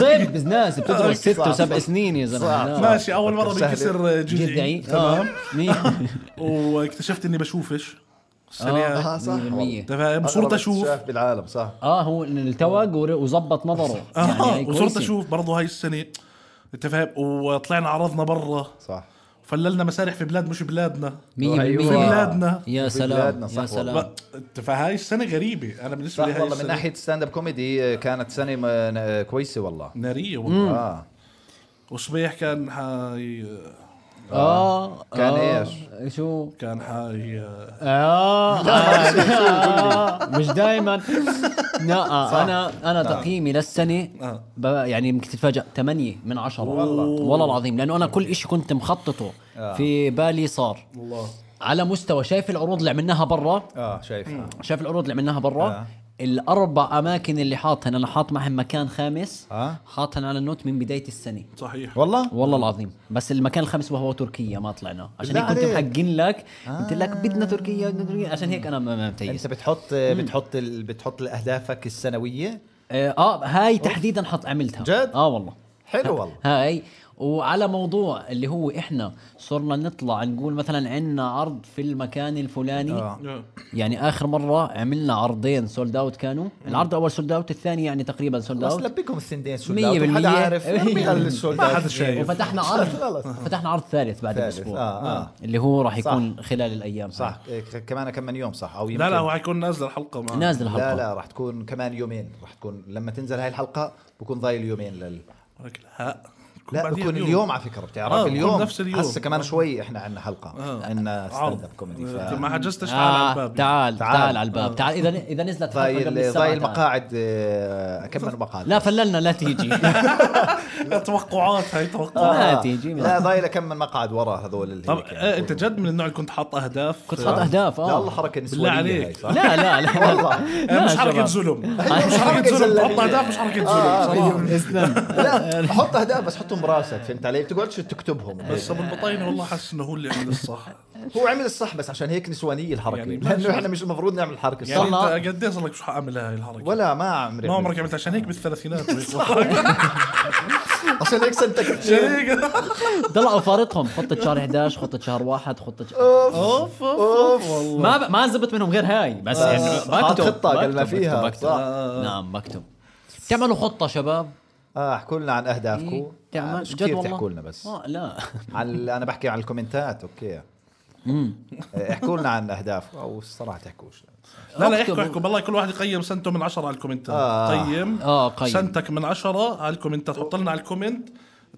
طيب ناس بتدرس ست صعب. وسبع سنين يا صعب. زلمه لا. ماشي اول مره سهلة. بنكسر جذعي جذعي تمام آه. مية- واكتشفت اني بشوفش السريع آه، صح. مية بالمية. انت فاهم صرت أغرب اشوف اكتشاف بالعالم صح اه هو إن التوج ور- وظبط نظره يعني اه هاي وصرت كويسة. اشوف برضه هاي السنه انت فاهم وطلعنا عرضنا برا صح فللنا مسارح في بلاد مش بلادنا مية أيوة. بالمية في بلادنا يا في سلام بلادنا، صح يا والله. سلام ب- انت فهاي السنه غريبه انا بالنسبه صح لي هاي والله من السنه ناحيه ستاند اب كوميدي آه، كانت سنه م- ن- كويسه والله ناريه والله اه وصبيح كان حي اه كان آه. شو كان حي آه آه، مش دائما لا صح. آه، انا انا تقييمي للسنه آه. ب- يعني يمكن تتفاجئ 8 من 10 والله والله العظيم لانه انا كل شيء كنت مخططه آه. في بالي صار الله على مستوى شايف العروض اللي عملناها برا اه شايفها شايف العروض اللي عملناها آه. برا الاربع اماكن اللي حاطهن انا حاط معهم مكان خامس آه. حاطهن على النوت من بدايه السنه صحيح والله والله العظيم بس المكان الخامس وهو تركيا ما طلعنا عشان هيك بالله كنت عليك. محقين لك قلت لك آه. بدنا تركيا بدنا تركيا عشان هيك انا ما ما انت متيس يعني بتحط آه، بتحط ال... بتحط اهدافك السنويه آه، اه هاي تحديدا حط عملتها جد؟ اه والله حلو والله هاي وعلى موضوع اللي هو احنا صرنا نطلع نقول مثلا عندنا عرض في المكان الفلاني آه. آه. يعني اخر مره عملنا عرضين سولد اوت كانوا العرض الاول سولد اوت الثاني يعني تقريبا سولد بس اوت لبيكم السندين مية سولدات حدا بالمية. عارف ارمي السولدات ما حدا شايف أيوه. وفتحنا خلص. عرض فتحنا عرض ثالث بعد ثالث، باسبوع آه، آه. اللي هو راح يكون خلال الايام صح إيه، كمان كم من يوم صح او يمكن لا لا هو حيكون نازل الحلقه معه نازل الحلقه لا لا راح تكون كمان يومين راح تكون لما تنزل هاي الحلقه بكون ضايل يومين لل ولكن ها بكون لا بعدين بكون اليوم. اليوم على فكره بتعرف آه، بكون اليوم نفس اليوم. هسه كمان شوي احنا عندنا حلقه آه. عندنا عرض. ستاند اب كوميدي آه، ف... ما حجزتش تعال على آه الباب تعال تعال. تعال على الباب تعال اذا اذا نزلت حلقة قبل ضايل السبعة ضايل تعال. مقاعد آه، كمل مقاعد لا فللنا لا تيجي توقعات هاي توقعات ما تيجي آه، لا ضايل كم من مقعد ورا هذول اللي طب هيك يعني آه، انت يكونوا. جد من النوع اللي كنت حاط آه، اهداف كنت حاط اهداف لا اه والله حركه نسوانيه بالله عليك. هاي، صح؟ لا لا لا والله. لا آه، مش يا حركه شباب. ظلم أيوة، مش حركه ظلم زلمة. تحط اهداف مش حركه آه، ظلم صراحه اسلم لا حط اهداف بس حطهم براسك فهمت علي؟ ما تقعدش تكتبهم آه، بس ابو البطاينه والله حاسس انه هو اللي عمل الصح هو عمل الصح بس عشان هيك نسوانيه الحركه يعني ماشي. لانه احنا مش المفروض نعمل الحركه الصح يعني صلى. انت قد ايش صار لك شو حاعمل هاي الحركه؟ ولا ما عمري ما عملت. عمرك عملت عشان هيك بالثلاثينات عشان هيك سنتك عشان هيك طلعوا فارطهم خطة شهر 11 خطة شهر واحد خطة شهر- اوف اوف والله ما ب... ما زبط منهم غير هاي بس آه، يعني حاط بكتب- خطة قال ما بكتب- فيها، بكتب- صح. بكتب. نعم بكتب تعملوا خطة شباب اه احكوا لنا عن إيه، اهدافكم آه، تعمل مش جد كثير والله تحكوا لنا بس آه، لا على ال- انا بحكي عن الكومنتات اوكي آه، احكوا لنا عن اهدافكم او الصراحه تحكوش لا لا اكتب. احكوا احكوا بالله كل واحد يقيم سنته من عشرة على الكومنتات آه. قيم آه، قيم. سنتك من عشرة على الكومنتات حط لنا على الكومنت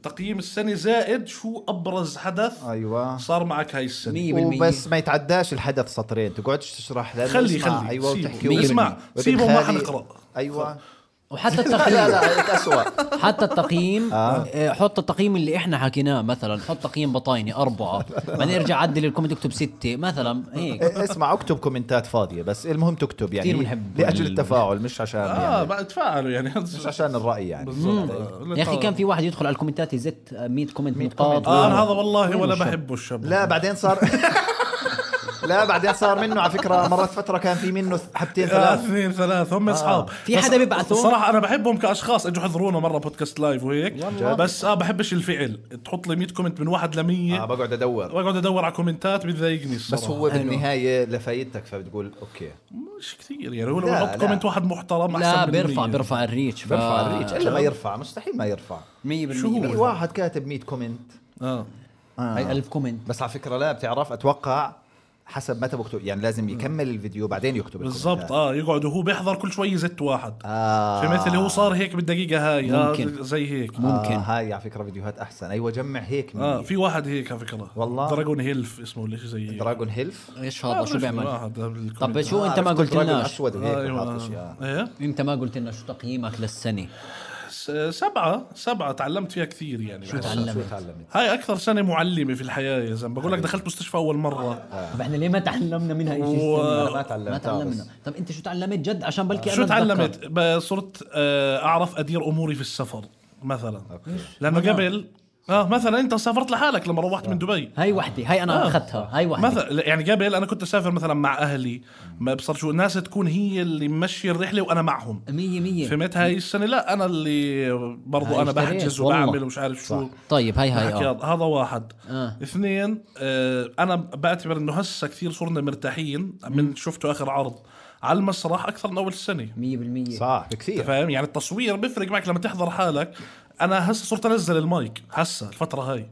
تقييم السنة زائد شو أبرز حدث ايوه صار معك هاي السنة 100% وبس ما يتعداش الحدث سطرين تقعدش تشرح لانه خلي اسمع، خلي ايوه سيبه. وتحكي اسمع، سيبه وما وبالتالي- حنقرأ. ايوه وحتى لا التقييم لا إيه، اسوء حتى التقييم آه. آه، حط التقييم اللي احنا حكيناه مثلا حط تقييم بطايني أربعة بعدين ارجع عدل الكومنت اكتب ستة مثلا هيك إيه، اسمع اكتب كومنتات فاضيه بس إيه، المهم تكتب كتير يعني بنحب لاجل ال- التفاعل مش عشان آه يعني بقى تفاعلوا يعني مش عشان الرأي يعني بالضبط. يا اخي كان في واحد يدخل على الكومنتات يزت 100 كومنت 100 نقاط كومنت. آه أنا آه. هذا والله ولا وين الشاب؟ بحبه الشاب لا بعدين صار لا بعدين صار منه على فكره مرات فتره كان في منه حبتين آه، ثلاث اثنين ثلاث هم اصحاب في بس حدا بيبعثون؟ صراحه انا بحبهم كاشخاص اجوا حضرونا مره بودكاست لايف وهيك بس اه بحبش الفعل تحط لي 100 كومنت من واحد ل 100 اه بقعد ادور واقعد ادور على كومنتات بتضايقني الصراحه بس هو بالنهايه لفايدتك فبتقول اوكي مش كثير يعني هو لو لا، بحط لا. كومنت واحد محترم احسن لا من بيرفع مية. بيرفع الريتش آه، ف- برفع الريتش الا ما يرفع مستحيل ما يرفع 100% شو هو؟ في واحد آه. كاتب 100 كومنت اه هاي 1000 كومنت بس على فكره لا بتعرف اتوقع حسب متى بكتب يعني لازم يكمل الفيديو بعدين يكتب بالضبط الكومنتات. اه يقعد وهو بيحضر كل شوي يزت واحد اه في مثل هو صار هيك بالدقيقه هاي آه ممكن. زي هيك ممكن. آه هاي على فكره فيديوهات احسن ايوه جمع هيك اه آه في واحد هيك على فكره والله. دراجون هيلف اسمه ولا شيء زي هيك دراجون آه، هيلف ايش هذا آه، شو بيعمل طب طب شو انت ما قلت لناش اسود هيك ايوه وحاطط آه. اشياء ايه انت ما قلت لنا شو تقييمك للسنه س- سبعة سبعة تعلمت فيها كثير يعني بحس. شو تعلمت تعلمت هاي اكثر سنة معلمة في الحياة يا زلمة بقول لك دخلت مستشفى اول مرة طب احنا ليه ما تعلمنا منها شيء و- أنا ما تعلمت، ما آه، تعلمنا طب انت شو تعلمت جد عشان بلكي شو أنا أتذكر. تعلمت ب- صرت آه، اعرف ادير اموري في السفر مثلا أوكي. لانه قبل اه مثلا انت سافرت لحالك لما روحت آه. من دبي هاي وحده هاي آه. انا اخذتها هاي وحده مثلا يعني قبل انا كنت اسافر مثلا مع اهلي ما بصر شو الناس تكون هي اللي ممشيه الرحله وانا معهم مية مية فهمت هاي السنه لا انا اللي برضو إيه. هاي انا اشتريت، بحجز والله. وبعمل ومش عارف شو طيب هاي هاي حكي اه هذا هذا واحد آه. اثنين آه انا بعتبر انه هسه كثير صرنا مرتاحين من شفته اخر عرض على المسرح اكثر من اول السنه مية بالمية صح انت بكثير فاهم يعني التصوير بيفرق معك لما تحضر حالك انا هسه صرت انزل المايك هسه الفتره هاي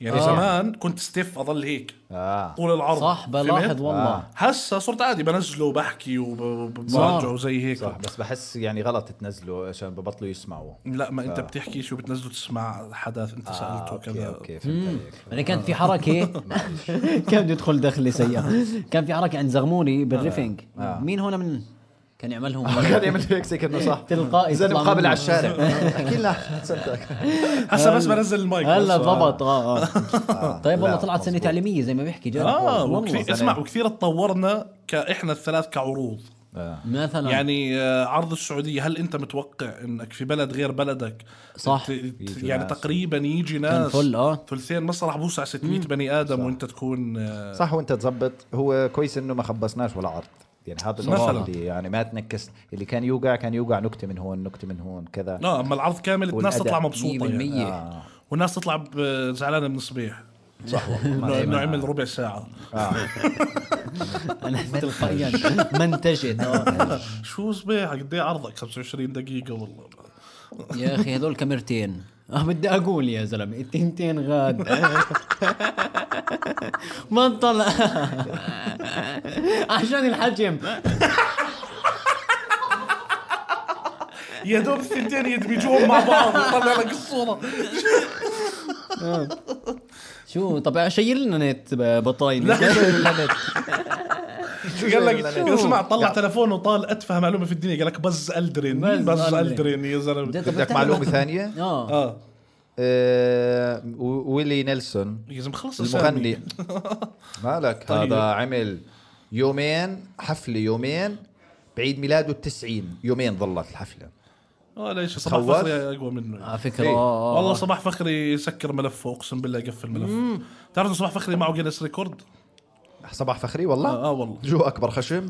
يعني آه. آه. زمان كنت ستيف اضل هيك اه طول العرض صح فهمت؟ بلاحظ والله آه. هسه صرت عادي بنزله وبحكي وب- وبرجع وزي هيك صح بس بحس يعني غلط تنزله عشان ببطلوا يسمعوا لا ما آه. انت بتحكي شو بتنزله تسمع حدث انت سالته اوكي وكذا اوكي آه، فهمت عليك انا كانت يعني في حركه كان بده يدخل دخله سيئه كان في حركه عند زغموري بالريفنج مين هون من كان يعملهم آه. كان يعمل هيك زي كانه صح إيه، تلقائي زي تطلع مقابل منه. إيه. على الشارع احكي لنا سمتك هسه بس بنزل المايك هلا بس. ضبط اه اه طيب والله آه. لا، طلعت سنه مظبوط. آه، تعليميه زي ما بيحكي جد اه والله وكثير اسمع وكثير تطورنا كاحنا الثلاث كعروض آه. مثلا يعني يعني آه، عرض السعوديه هل انت متوقع انك في بلد غير بلدك صح. ت- ت- يجوا يعني ناس. تقريبا يجي كان ناس فل اه ثلثين مسرح بوسع 600 بني ادم وانت تكون آه، صح وانت تظبط هو كويس انه ما خبصناش ولا عرض يعني هذا النقطة مثلاً. اللي يعني ما تنكس اللي كان يوقع كان يوقع نكته من هون نكته من هون كذا لا اما نعم، العرض كامل الناس والأداء تطلع 100% مبسوطه يعني. والناس تطلع ب- زعلانه من صبيح صح والله انه ما- إنه ما- عمل ربع ساعه انا تلقائيا منتجد آه. شو صبيح قد ايه عرضك 25 دقيقه والله يا اخي هذول كاميرتين اه بدي اقول يا زلمه التنتين غاد ما طلع عشان الحجم يا دوب الثنتين يدمجوهم مع بعض وطلع لك الصوره شو طب شيل لنا نت ب- بطاينه قال لك شو؟ اسمع طلع تلفونه وطال اتفه معلومه في الدنيا قال لك بز الدرين بز بز ألدرين. الدرين يا زلمه جد، طب بدك بتعمل- معلومة ثانية؟ اه اه آه، و- ويلي نيلسون يا زلمه خلص أسامي. المغني مالك طيب. هذا عمل يومين حفلة يومين بعيد ميلاده التسعين يومين ظلت الحفلة اه ليش صباح خوف. فخري اقوى منه على فكره إيه. اه والله صباح فخري سكر ملفه اقسم بالله يقفل ملفه تعرف إنه صباح فخري معه جينيس ريكورد صباح فخري والله آه، آه والله. جو اكبر خشم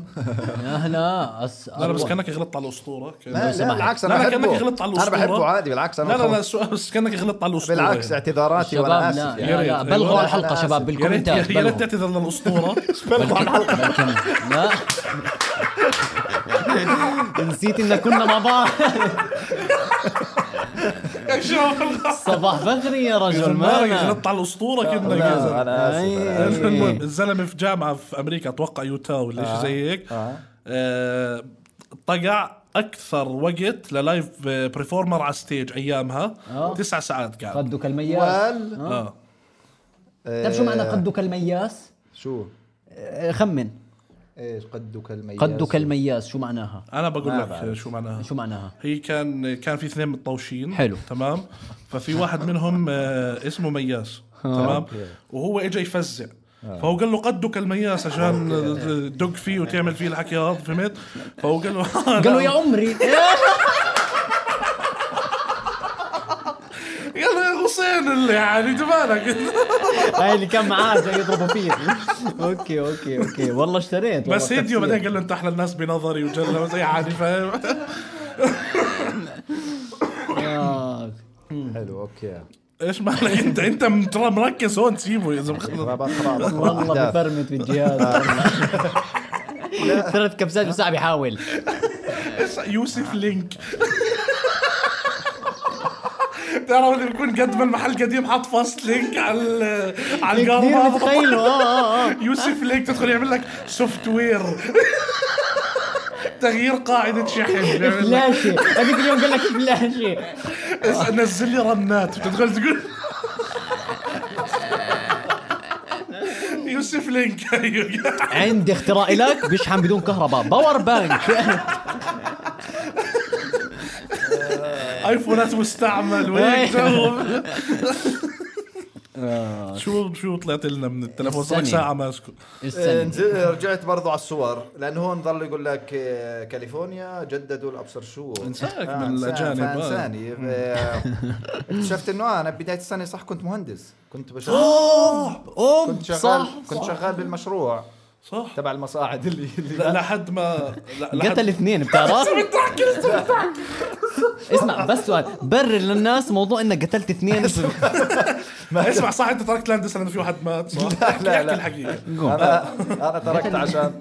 يا هلا أس... لا لا بس كانك غلطت على الاسطوره كأنه- لا لا سمحت. بالعكس لا، انا لا، بحبه كأنك غلطت على انا الأسطورة. بحبه عادي بالعكس انا لا لا لا بخلص. السؤال بس كانك غلطت على الاسطوره بالعكس يعني. اعتذاراتي وانا شباب اسف لا يعني لا, لا ريت. بلغوا والله الحلقه أنا شباب آسف. يا ريت بالكومنتات يا ريت بلغوا تعتذر للاسطوره بالكم- بالكم- لا نسيت ان كنا مع بعض صباح فخري يا رجل مالك غلطت على الاسطوره كأنك يا لا، زلمة. انا اسف أي- أنا آسف. آه. المهم الزلمه في جامعه في امريكا اتوقع يوتا ولا شيء زي هيك آه. آه، طقع اكثر وقت للايف بريفورمر على ستيج ايامها آه. تسع ساعات قاعد قدك المياس وال اه تعرف شو معنى قدك المياس؟ آه، شو آه، خمن ايش قدك المياس قدك المياس شو معناها؟ انا بقول ما لك بعرف. شو معناها شو معناها؟ هي كان كان في اثنين متطوشين حلو. تمام ففي واحد منهم آه، اسمه مياس آه. تمام وهو اجى يفزع فهو قال له قدك المياس عشان تدق فيه وتعمل فيه الحكي هذا فهمت؟ فهو قال له قال له يا عمري قال له يا حسين اللي يعني تبالك هاي اللي كان معاه جاي يضربوا فيه اوكي اوكي اوكي والله اشتريت والله بس هيديو تفسير. بعدين قال له انت احلى الناس بنظري وجلة زي عادي فاهم؟ آه. حلو اوكي ايش مالك انت انت م- ترى مركز هون سيبه يا زلمه خلص. رابط رابط والله أحداث. بفرمت في الجهاز آه. ثلاث كبسات بساعة بيحاول يوسف لينك تعرف اللي بيكون قد ما المحل قديم حاط فاست لينك على ال- على كثير القرب إيه، متخيله اه اه اه يوسف لينك تدخل يعمل لك سوفت وير تغيير قاعدة شحن بيعمل لك فلاشة هذيك اليوم قال لك فلاشة اس- نزل لي رنات وتدخل تقول يوسف لينك أيوة. عندي اختراع لك بيشحن بدون كهرباء باور بانك ايفونات مستعمل وهيك جو شو شو طلعت لنا من التلفون صار لك السنة. ساعه ماسكه آه، السنة نزل- رجعت برضو على الصور لانه هون ظل يقول لك آه، كاليفورنيا جددوا الابصر شو انساك آه، من إنسان- الأجانب، آه. فإنساني. آه، اكتشفت انه آه، انا بدايه السنه صح كنت مهندس كنت بشتغل اوه اوه كنت شغال صح كنت شغال بالمشروع صح تبع المصاعد اللي, اللي لا- لحد ما لا- لحد- قتل اثنين بتعرف؟ اسمع بس سؤال برر للناس موضوع انك قتلت اثنين اسمع صح انت تركت لاندس لانه في واحد مات صح احكي لا، احكي لا. الحقيقه انا انا تركت عشان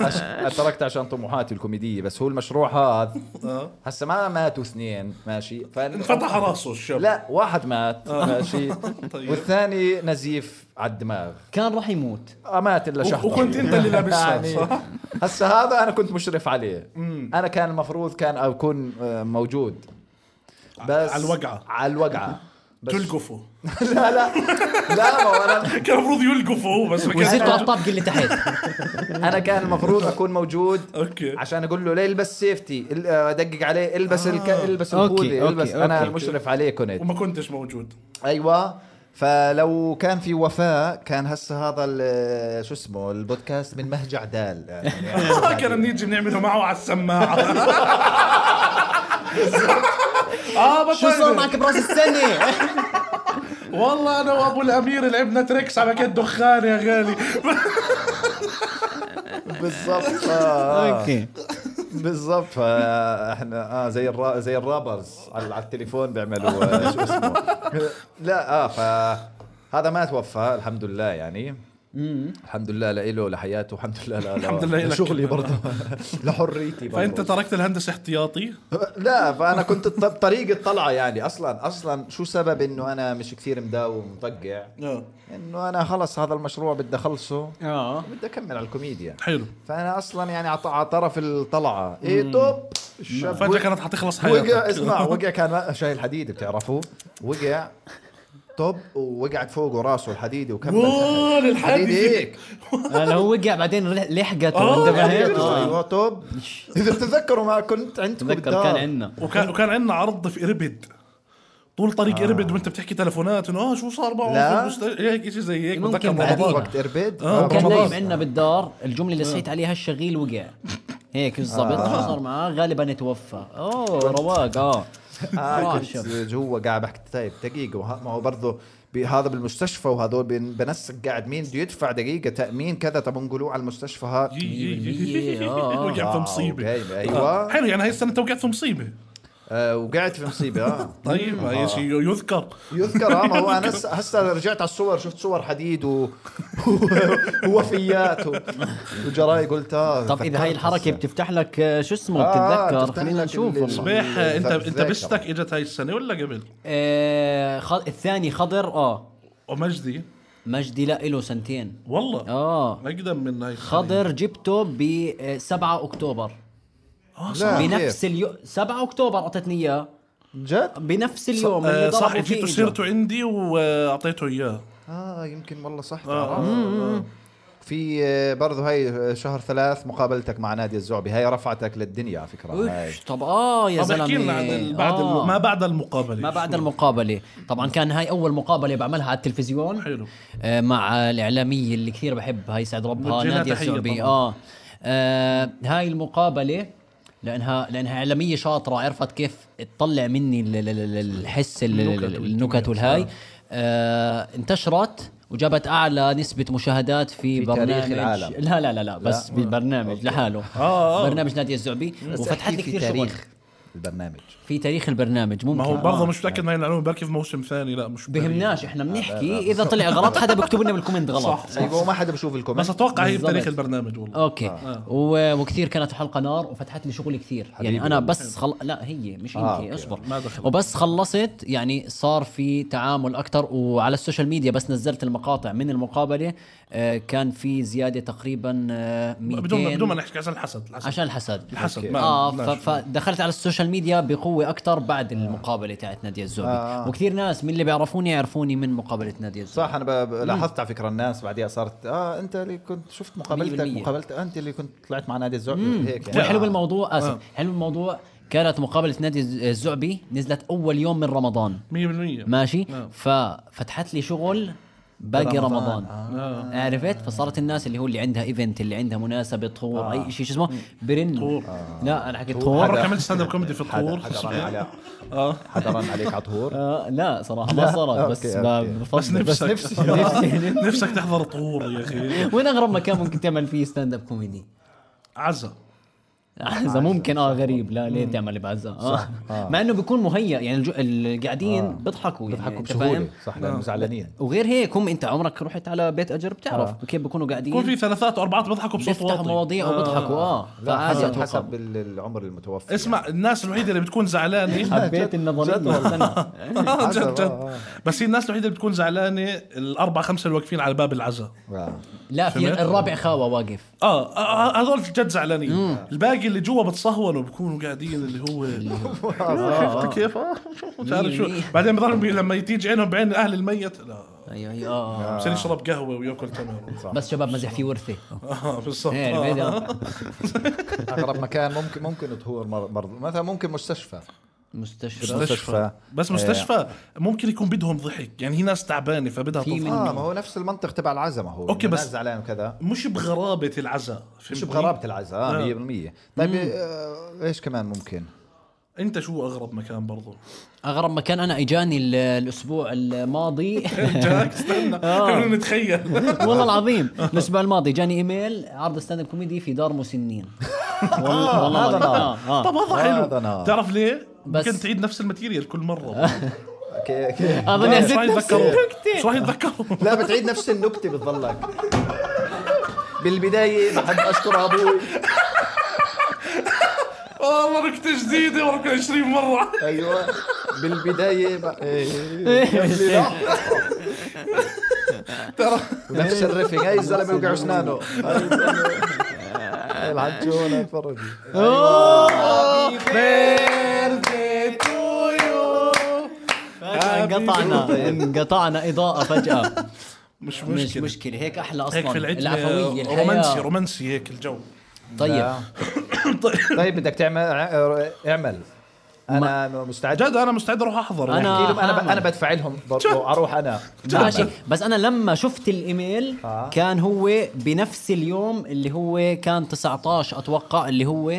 عش- تركت عشان طموحاتي الكوميديه بس هو المشروع هذا آه. هسه ما ماتوا اثنين ماشي فن- انفتح راسه الشاب لا واحد مات ماشي آه. طيب. والثاني نزيف على الدماغ كان راح يموت آه، مات الا و- شهر وكنت انت اللي لابسها، يعني صح؟ هسه هذا انا كنت مشرف عليه انا كان المفروض كان اكون آه، موجود بس على الوقعة. على الوقعه بس تلقفه لا لا لا ما هو انا كان المفروض يلقفه هو بس ما كان- وزيرته على الطابق اللي تحت انا كان المفروض اكون موجود اوكي عشان اقول له ليه البس سيفتي ال- آه، دقق عليه البس الك... البس أوكي، الخوذه آه. أوكي، البس أوكي. انا المشرف عليه كنت وما كنتش موجود ايوه فلو كان في وفاء كان هسه هذا ال- شو اسمه البودكاست من مهجع دال يعني كان بنيجي بنعمله معه على السماعه اه شو صار بطل معك براس السنة؟ والله انا وابو الامير لعبنا تريكس على كد دخان يا غالي بالضبط آه، اوكي بالضبط فاحنا اه زي الرا زي الرابرز على على التليفون بيعملوا آه، شو اسمه لا اه فهذا ما توفى الحمد لله يعني الحمد لله لإله لحياته الحمد لله لا الحمد لله إلك. لشغلي برضه لحريتي برضه فانت تركت الهندسه احتياطي لا فانا كنت الط- بطريقه طلعه يعني اصلا اصلا شو سبب انه انا مش كثير مداوم مطقع انه انا خلص هذا المشروع بدي اخلصه اه بدي اكمل على الكوميديا حلو فانا اصلا يعني عط- على طرف الطلعه ايه طب الشاب فجاه وقع- كانت حتخلص وقع حياتك اسمع وقع كان شايل حديد بتعرفوه وقع طب ووقعت فوقه راسه الحديده وكمل وول حديد الحديد هيك لو وقع بعدين رح- لحقته آه، انتبهت آه. ايوه طب اذا بتتذكروا ما كنت عندكم تذكر بالدار. كان عندنا وكان وكان عندنا عرض في اربد طول آه. طريق اربد وانت بتحكي تلفونات انه اه شو صار معه لا. في المست- هيك شيء زي هيك ممكن بتذكر بعدين. رمضان وقت اربد آه، آه، وكان كان رمضان. نايم عندنا بالدار الجمله اللي صحيت عليها الشغيل وقع هيك بالضبط شو صار معاه غالبا توفى اوه رواق اه آه آه، كنت شوف. جوا قاعد بحكي طيب دقيقة وه- ما هو برضه ب- هذا بالمستشفى وهذول بن- بنسق قاعد مين بده يدفع دقيقة تأمين كذا طب نقولوه على المستشفى ها يي- يي- يي- يي- 100%. آه. وقع في واو، مصيبه جايبة، أيوة. آه. حلو يعني هاي السنه انت وقعت في مصيبه آه وقعت في مصيبة آه طيب هاي شيء يذكر يذكر آه ما هو أنا هسه- هسه رجعت على الصور شفت صور حديد و... ووفيات و... وجراي قلت آه طب اذا هاي تذكرت الحركه هسه. بتفتح لك آه، شو اسمه آه، بتتذكر بتفتح خلينا لك نشوف ال- والله صبيح انت انت الذاكرة. بستك اجت هاي السنه ولا قبل؟ آه خ... الثاني خضر اه ومجدي مجدي لا له سنتين والله اه اقدم من هاي السنة. خضر جبته ب 7 اكتوبر آه، صح. لا بنفس اليوم 7 اكتوبر اعطتني اياه جد؟ بنفس اليوم اللي آه، صح ضربوا فيه جيته إجا. سيرته عندي واعطيته اياه آه يمكن والله صح آه، تعرف. آه. في آه، برضه هاي شهر ثلاث مقابلتك مع نادي الزعبي هاي رفعتك للدنيا على فكرة هاي وش طب اه يا طب زلمه احكي لنا عن ال- بعد آه. الم- ما بعد المقابله ما بعد شو؟ المقابلة طبعا كان هاي أول مقابلة بعملها على التلفزيون حلو. آه مع الإعلامية اللي كثير بحبها يسعد ربها بنوجه لها نادية تحية السعبي طبعاً. آه. آه هاي المقابلة لأنها لأنها إعلامية شاطرة عرفت كيف تطلع مني ال- ال- ال- الحس ال- ال- النكت النكت والهاي آه انتشرت وجابت اعلى نسبه مشاهدات في, في تاريخ برنامج العالم. لا لا لا لا بس بالبرنامج لحاله آه، آه. برنامج نادي الزعبي وفتحت لي احكي كثير في شغل تاريخ البرنامج في تاريخ البرنامج ممكن ما هو آه. برضه مش متاكد من هاي المعلومه بركي في موسم ثاني لا مش متأكد. بهمناش احنا بنحكي اذا طلع غلط حدا بيكتب لنا بالكومنت غلط صح. ايوه وما حدا بشوف بس الكومنت اتوقع هي بالضبط. بتاريخ البرنامج والله اوكي آه. و... وكثير كانت الحلقه نار وفتحت لي شغل كثير يعني انا بس خل... لا هي مش انت آه، أوكي. اصبر ما دخل. وبس خلصت يعني صار في تعامل اكثر وعلى السوشيال ميديا بس نزلت المقاطع من المقابله آه كان في زياده تقريبا آه 200 بدون ما- بدون ما نحكي عشان الحسد الحسد عشان الحسد الحسد أوكي. ما آه. اه بدناش. ف- فدخلت على السوشيال ميديا بقوه اكثر بعد المقابله تاعت ناديه الزعبي آه. وكثير ناس من اللي بيعرفوني يعرفوني من مقابله ناديه الزعبي صح انا ب- ب- لاحظت على فكره الناس بعديها صارت اه انت اللي كنت شفت مقابلتك 100%. مقابلتك انت اللي كنت طلعت مع نادي الزعبي هيك يعني. آه. والحلو بالموضوع اسف حلو بالموضوع كانت مقابله نادي الز- الزعبي نزلت اول يوم من رمضان 100% ماشي نعم. ففتحت لي شغل باقي رمضان. رمضان, آه. عرفت فصارت الناس اللي هو اللي عندها ايفنت اللي عندها مناسبه طور آه. اي شيء شو اسمه برن طور. لا انا حكيت طور مره عملت ستاند اب كوميدي في الطور حدا حدا رن صحيح. على اه حدا رن عليك على طهور آه لا صراحه ما صارت بس أوكي، ب- أوكي. بفضل. بس نفسك نفسي. نفسي- نفسك تحضر طور يا اخي وين اغرب مكان ممكن تعمل فيه ستاند اب كوميدي؟ عزا اذا ممكن اه غريب لا ليه تعمل بعزة آه. مع انه بيكون مهيأ يعني الجو- اللي قاعدين بيضحكوا يعني بضحكوا أنت فاهم؟ بسهوله صح لانه زعلانين وغير هيك هم انت عمرك رحت على بيت اجر بتعرف كيف بيكونوا يكون قاعدين في ثلاثات واربعات بيضحكوا بصوت بيفتحوا واطي إيه. مواضيع وبيضحكوا اه لا فعادي حسب اتوقع حسب ال- العمر المتوفى اسمع الناس الوحيده اللي بتكون زعلانه حبيت النظريه استنى. آه، عزا، جد آه، جد بس هي الناس الوحيده اللي بتكون زعلانه الاربعه خمسه اللي واقفين على باب العزا آه. لا في فهمت؟ الرابع خاوه واقف اه آه، آه، هذول جد زعلانين الباقي اللي جوا بتصهونوا بيكونوا قاعدين اللي هو آه، شفت كيف آه، مش عارف شو مية. بعدين بضلهم بي- لما تيجي عينهم بعين اهل الميت لا ايوه ايوه آه. عشان يشرب قهوه وياكل تمر بس شباب مزح في ورثه اه بالضبط إيه، آه. البيت، آه. اقرب مكان ممكن ممكن طهور مر- مرض مثلا ممكن مستشفى مستشفى مستشفى مستشفى. إيه. بس مستشفى ممكن يكون بدهم ضحك يعني هي ناس تعبانه فبدها في تضحك منهم. اه ما هو نفس المنطق تبع العزا ما هو أوكي، الناس بس- زعلان وكذا مش بغرابه العزاء مش فهمتني؟ بغرابه العزا آه 100% طيب آه، ايش كمان ممكن؟ انت شو اغرب مكان برضو اغرب مكان انا اجاني ال- الاسبوع الماضي جاك استنى آه. خلينا نتخيل والله العظيم الاسبوع الماضي جاني ايميل عرض ستاند اب كوميدي في دار مسنين والله والله هذا العظيم. نار. آه، آه. طب هذا هذا حلو نار. تعرف ليه؟ بس- ممكن تعيد نفس الماتيريال كل مره اوكي اوكي اظن شو راح نسيت نفس يتذكروا؟ النكتة. شو راح يتذكروا؟ لا بتعيد نفس النكته بتضلك بالبدايه بحب اشكر ابوي والله نكته جديده وركن 20 مره ايوه بالبدايه ب- إيه. ونفس الرفق هاي الزلمه وقع اسنانه هاي الزلمة. هاي العجونه اتفرج فجأة انقطعنا انقطعنا اضاءه فجاه مش مش مشكله مشكله هيك احلى اصلا هيك في العفويه العتمه الحياة. رومانسي رومانسي هيك الجو طيب لا. طيب بدك تعمل ع- اعمل انا مستعد جد انا مستعد اروح احضر أنا- احكي لهم انا ب- هعمل. انا بدفع لهم برضه اروح انا ماشي بس انا لما شفت الايميل آه. كان هو بنفس اليوم اللي هو كان 19 اتوقع اللي هو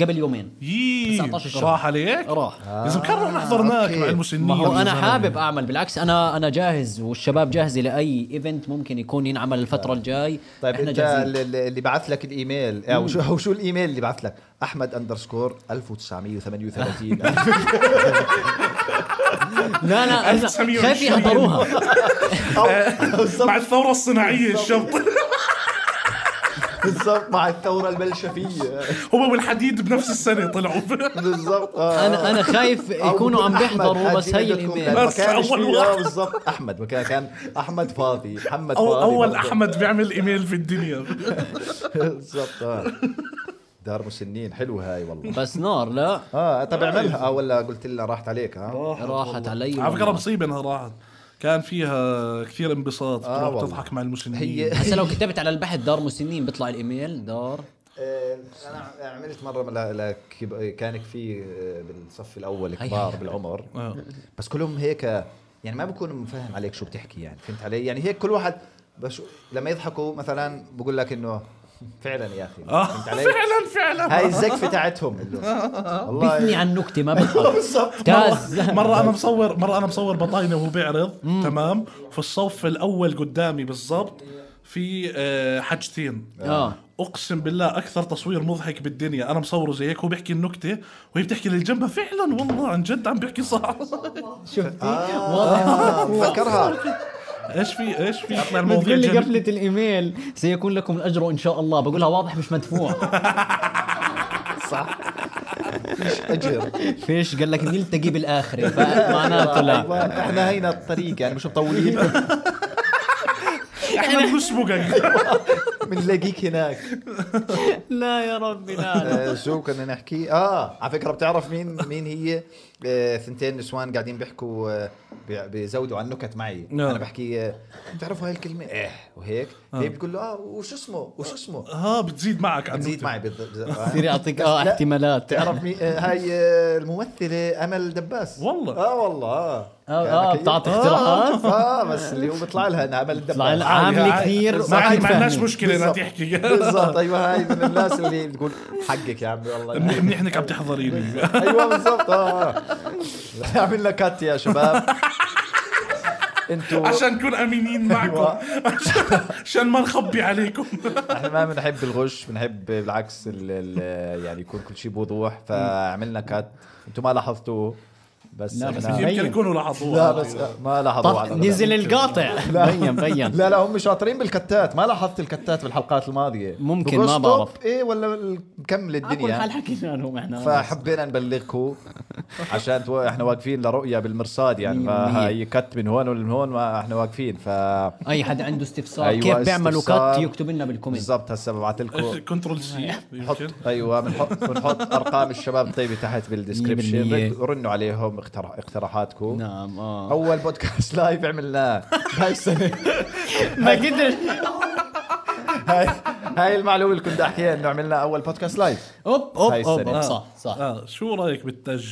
قبل يومين يي 19 شهر. راح عليك راح لازم كان نروح نحضر هناك أوكي. مع المسنين آه، ما هو يا انا زلمة. حابب اعمل بالعكس انا انا جاهز والشباب جاهزه لاي ايفنت ممكن يكون ينعمل الفتره الجاي طيب احنا انت جاهزين ال- ال- اللي بعث لك الايميل او شو او شو الايميل اللي بعث لك احمد اندرسكور 1938 لا لا أنا 1920. خايف يحضروها مع الثوره الصناعيه الشبط بالضبط مع الثوره البلشفيه هو والحديد بنفس السنه طلعوا بالضبط آه. انا انا خايف أو يكونوا عم أحمد بيحضروا بس هي أجندتكم لأنه الايميل ما بس كانش أول فيه- واحد. آه، بالضبط احمد ما كان كان احمد فاضي محمد أو فاضي اول برضه. احمد بيعمل ايميل في الدنيا بالضبط آه. دار مسنين حلوه هاي والله بس نار لا اه طب اعملها اه ولا قلت لها راحت عليك آه. ها راحت علي على فكره والله. مصيبه انها راحت كان فيها كثير انبساط آه تروح والله. تضحك مع المسنين هي هسه لو كتبت على البحث دار مسنين بيطلع الايميل دار آه، انا عملت مره ل- لكب- كان في آه، بالصف الاول هي كبار هي. بالعمر آه. بس كلهم هيك آه، يعني ما بكون فاهم عليك شو بتحكي يعني فهمت علي يعني هيك كل واحد بش لما يضحكوا مثلا بقول لك انه فعلا يا اخي آه، فهمت علي فعلا فعلا هاي الزقفه تاعتهم اللي هو. بثني والله عن نكته ما بفهم بالضبط تاز مرة أنا مصور مرة أنا مصور بطاينة وهو بيعرض تمام في الصف الأول قدامي بالضبط في آه، حاجتين اه اقسم بالله اكثر تصوير مضحك بالدنيا انا مصوره زي هيك هو بيحكي النكته وهي بتحكي اللي جنبها فعلا والله عن جد عم بيحكي صح آه، بفكرها ايش في ايش في اطلع بتقول لي جانبي. قفلة الإيميل سيكون لكم الأجر إن شاء الله بقولها واضح مش مدفوع صح اجر فيش قال لك نلتقي بالآخرة فمعناته لا أيوة، احنا هينا الطريق يعني مش مطولين احنا بنسبقك بنلاقيك هناك لا يا ربي لا آه، شو كنا نحكي اه على فكره بتعرف مين مين هي آه، ثنتين نسوان قاعدين بيحكوا آه، بي- بيزودوا على النكت معي نعم. آه. انا بحكي آه، بتعرفوا هاي الكلمه ايه وهيك هي بتقول له اه وشو اسمه وشو اسمه ها آه، بتزيد معك عن بتزيد النكتة. معي بالض- بالض- بصير يعطيك اه لا. احتمالات تعرف مي... آه، هاي آه، الممثله امل دباس والله. اه والله اه اه اه أنا بتعطي كيف- اختراعات اه بس اللي هو بيطلع لها انها امل دباس طلع لها عادي، عاملة عادي. كثير ما عاد- ما عندناش فاهمين. مشكله انها بالضبط. تحكي بالضبط ايوه هاي من الناس اللي بتقول حقك يا عمي والله منيح- منيح انك عم تحضريني ايوه بالضبط اه عملنا كات يا شباب انتوا عشان نكون امينين معكم عشان- عشان ما نخبي عليكم احنا ما بنحب الغش بنحب بالعكس ال ال يعني يكون كل شيء بوضوح فعملنا كات انتوا ما لاحظتوه بس لا، بس إحنا- يمكن يكونوا آه. لاحظوها لا بس ما لاحظوه طف على نزل القاطع بين بين لا لا هم شاطرين بالكتات ما لاحظت الكتات بالحلقات الماضيه ممكن، ما بقص بعرف. توب، ايه ولا ال- مكمل على كل حال الدنيا حكينا لهم آه. احنا فحبينا نبلغكم عشان تو... احنا واقفين لرؤيه بالمرصاد يعني مية بالمية. فهي كت من هون ومن هون ما احنا واقفين ف اي حدا عنده استفسار أيوة، كيف بيعملوا استفسار. كات يكتب لنا بالكومنت بالضبط هسه ببعث لكم كنترول سي يمكن حط ايوه بنحط بنحط ارقام الشباب الطيبه تحت بالدسكربشن بالمية. رد- رنوا عليهم اقتراح اقتراحاتكم نعم اه اول بودكاست لايف عملناه هاي السنه ما قدرش هاي هاي المعلومه اللي كنت احكيها انه عملنا اول بودكاست لايف اوب اوب هاي آه. اوب السنة. أوب، صح صح اه شو رايك بالتج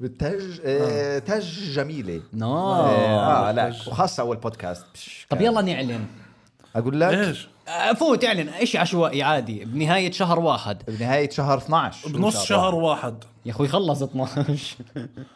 بالتج آه، تج جميله نو اه, آه لا وخاصه اول بودكاست بش، نعم. طب يلا نعلن اقول لك ايش فوت اعلن شيء عشوائي عادي بنهايه شهر واحد بنهايه شهر 12 بنص شهر واحد يا اخوي خلص 12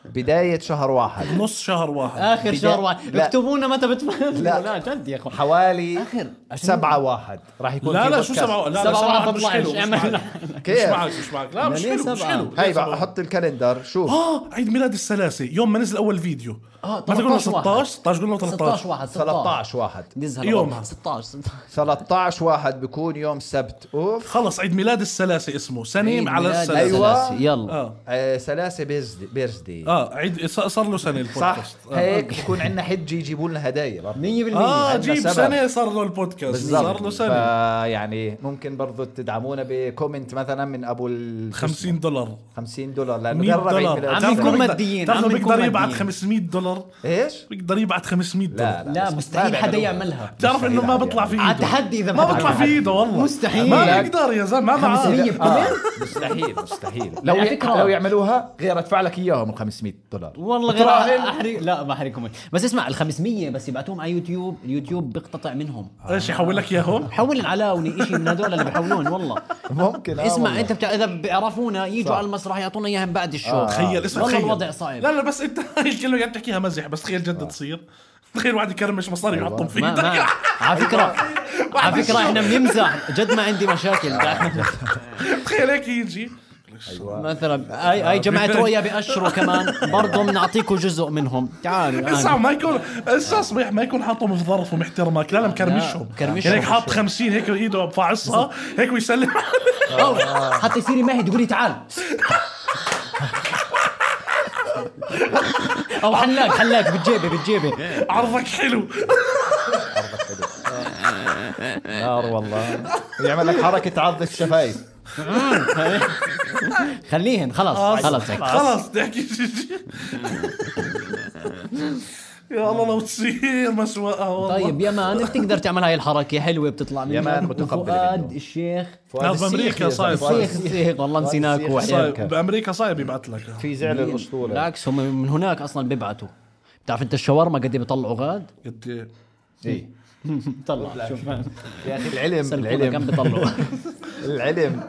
بدايه شهر واحد نص شهر واحد اخر بدا- شهر واحد لا. اكتبوا لنا متى بتفهم لا. لا جد يا اخوي حوالي آخر. عشان- سبعة واحد راح يكون لا في لا شو بودكاست. سبعة لا لا سبعة سبعة واحد مش بطلعش، حلو مش اعمل- معك مش كيف؟ معك مش معك لا لا، مش ليه حلو مش سبعة؟ حلو هاي ليه سبعة؟ بقى حط الكالندر شوف اه عيد ميلاد السلاسه يوم ما نزل اول فيديو آه، ما قلنا 13 واحد. 16 16 قلنا 16 13 واحد 13 واحد نزهر يومها. يومها 16 16 13 واحد بيكون يوم سبت اوف خلص عيد ميلاد السلاسه اسمه عيد سنه على ميلاد السلاسه أيوة. الثلاثي. يلا اه آه، سلاسه بيرزدي بيرزدي اه عيد ص- صار له سنه صح البودكاست آه. هيك بكون عندنا حجه يجيبوا لنا هدايا برضه. 100% اه عندنا جيب سبب. سنه صار له البودكاست صار له سنه فيعني يعني ممكن برضو تدعمونا بكومنت مثلا من ابو ال 50 دولار 50 دولار لانه 100 قرب عيد دولار ميلاد عم السنة. نكون ماديين، عم تاخذ نكون بيقدر يبعث ماديين. 500 دولار ايش؟ بيقدر يبعث 500 دولار لا لا بس مستحيل ما حدا بيعملوها. يعملها بتعرف انه ما مستحيل بطلع في على ايده تحدي اذا ما حدا بطلع في بيعملها. ايده والله مستحيل. ما بيقدر يا زلمه ما بعرف 500 آه، مستحيل مستحيل لو على فكرة- لو يعملوها غير ادفع لك اياهم ال 500 دولار والله غير بتراهن؟ احرق لا ما احرقكم بس اسمع ال 500 بس يبعتوهم على يوتيوب اليوتيوب بيقتطع منهم ايش يحول لك اياهم حول العلاوني شيء من هذول اللي بيحولون والله ممكن آه اسمع والله. انت بتاع اذا بيعرفونا يجوا صح. على المسرح يعطونا اياها من بعد الشو آه. تخيل اسمع والله تخيل الوضع صعب آه. لا لا بس انت هاي الكلمه قاعد تحكيها مزح بس تخيل جد تصير تخيل واحد يكرمش مصاري ويحطهم في أيوة. ما ما ايدك على فكره على فكره احنا بنمزح جد ما عندي مشاكل آه. تخيل هيك يجي مثلا اي اي جماعه رؤيا باشروا كمان برضه بنعطيكم جزء منهم تعالوا اسمع الآن. ما يكون اسمع صبيح ما يكون حاطهم في ظرف ومحترمك لا لا مكرمشهم مكرمشهم. يعني هيك حاط 50 هيك ايده بفعصها هيك ويسلم أو، حتى يصير ماهي تقول لي تعال او حلاق حلاق بتجيبه بتجيبه عرضك حلو نار والله يعمل لك حركه عض الشفايف خليهن آه، خلاص خلاص هيك. خلص تحكي شيء يا الله لو تصير مسوقه والله طيب يا مان بتقدر تعمل هاي الحركه حلوه بتطلع منك مان متقبل فؤاد منه. الشيخ لا، السيخ بأمريكا يا صاير. زلمة. الشيخ الشيخ والله نسيناك الشيخ. وحده صايب بامريكا صايب يبعث لك في زعل الاسطوله بالعكس هم من هناك اصلا بيبعتوا بتعرف انت الشاورما قد ايه بيطلعوا غاد؟ قد إيه. إيه. طلع شوف يا اخي العلم العلم كم العلم بيطلعوا العلم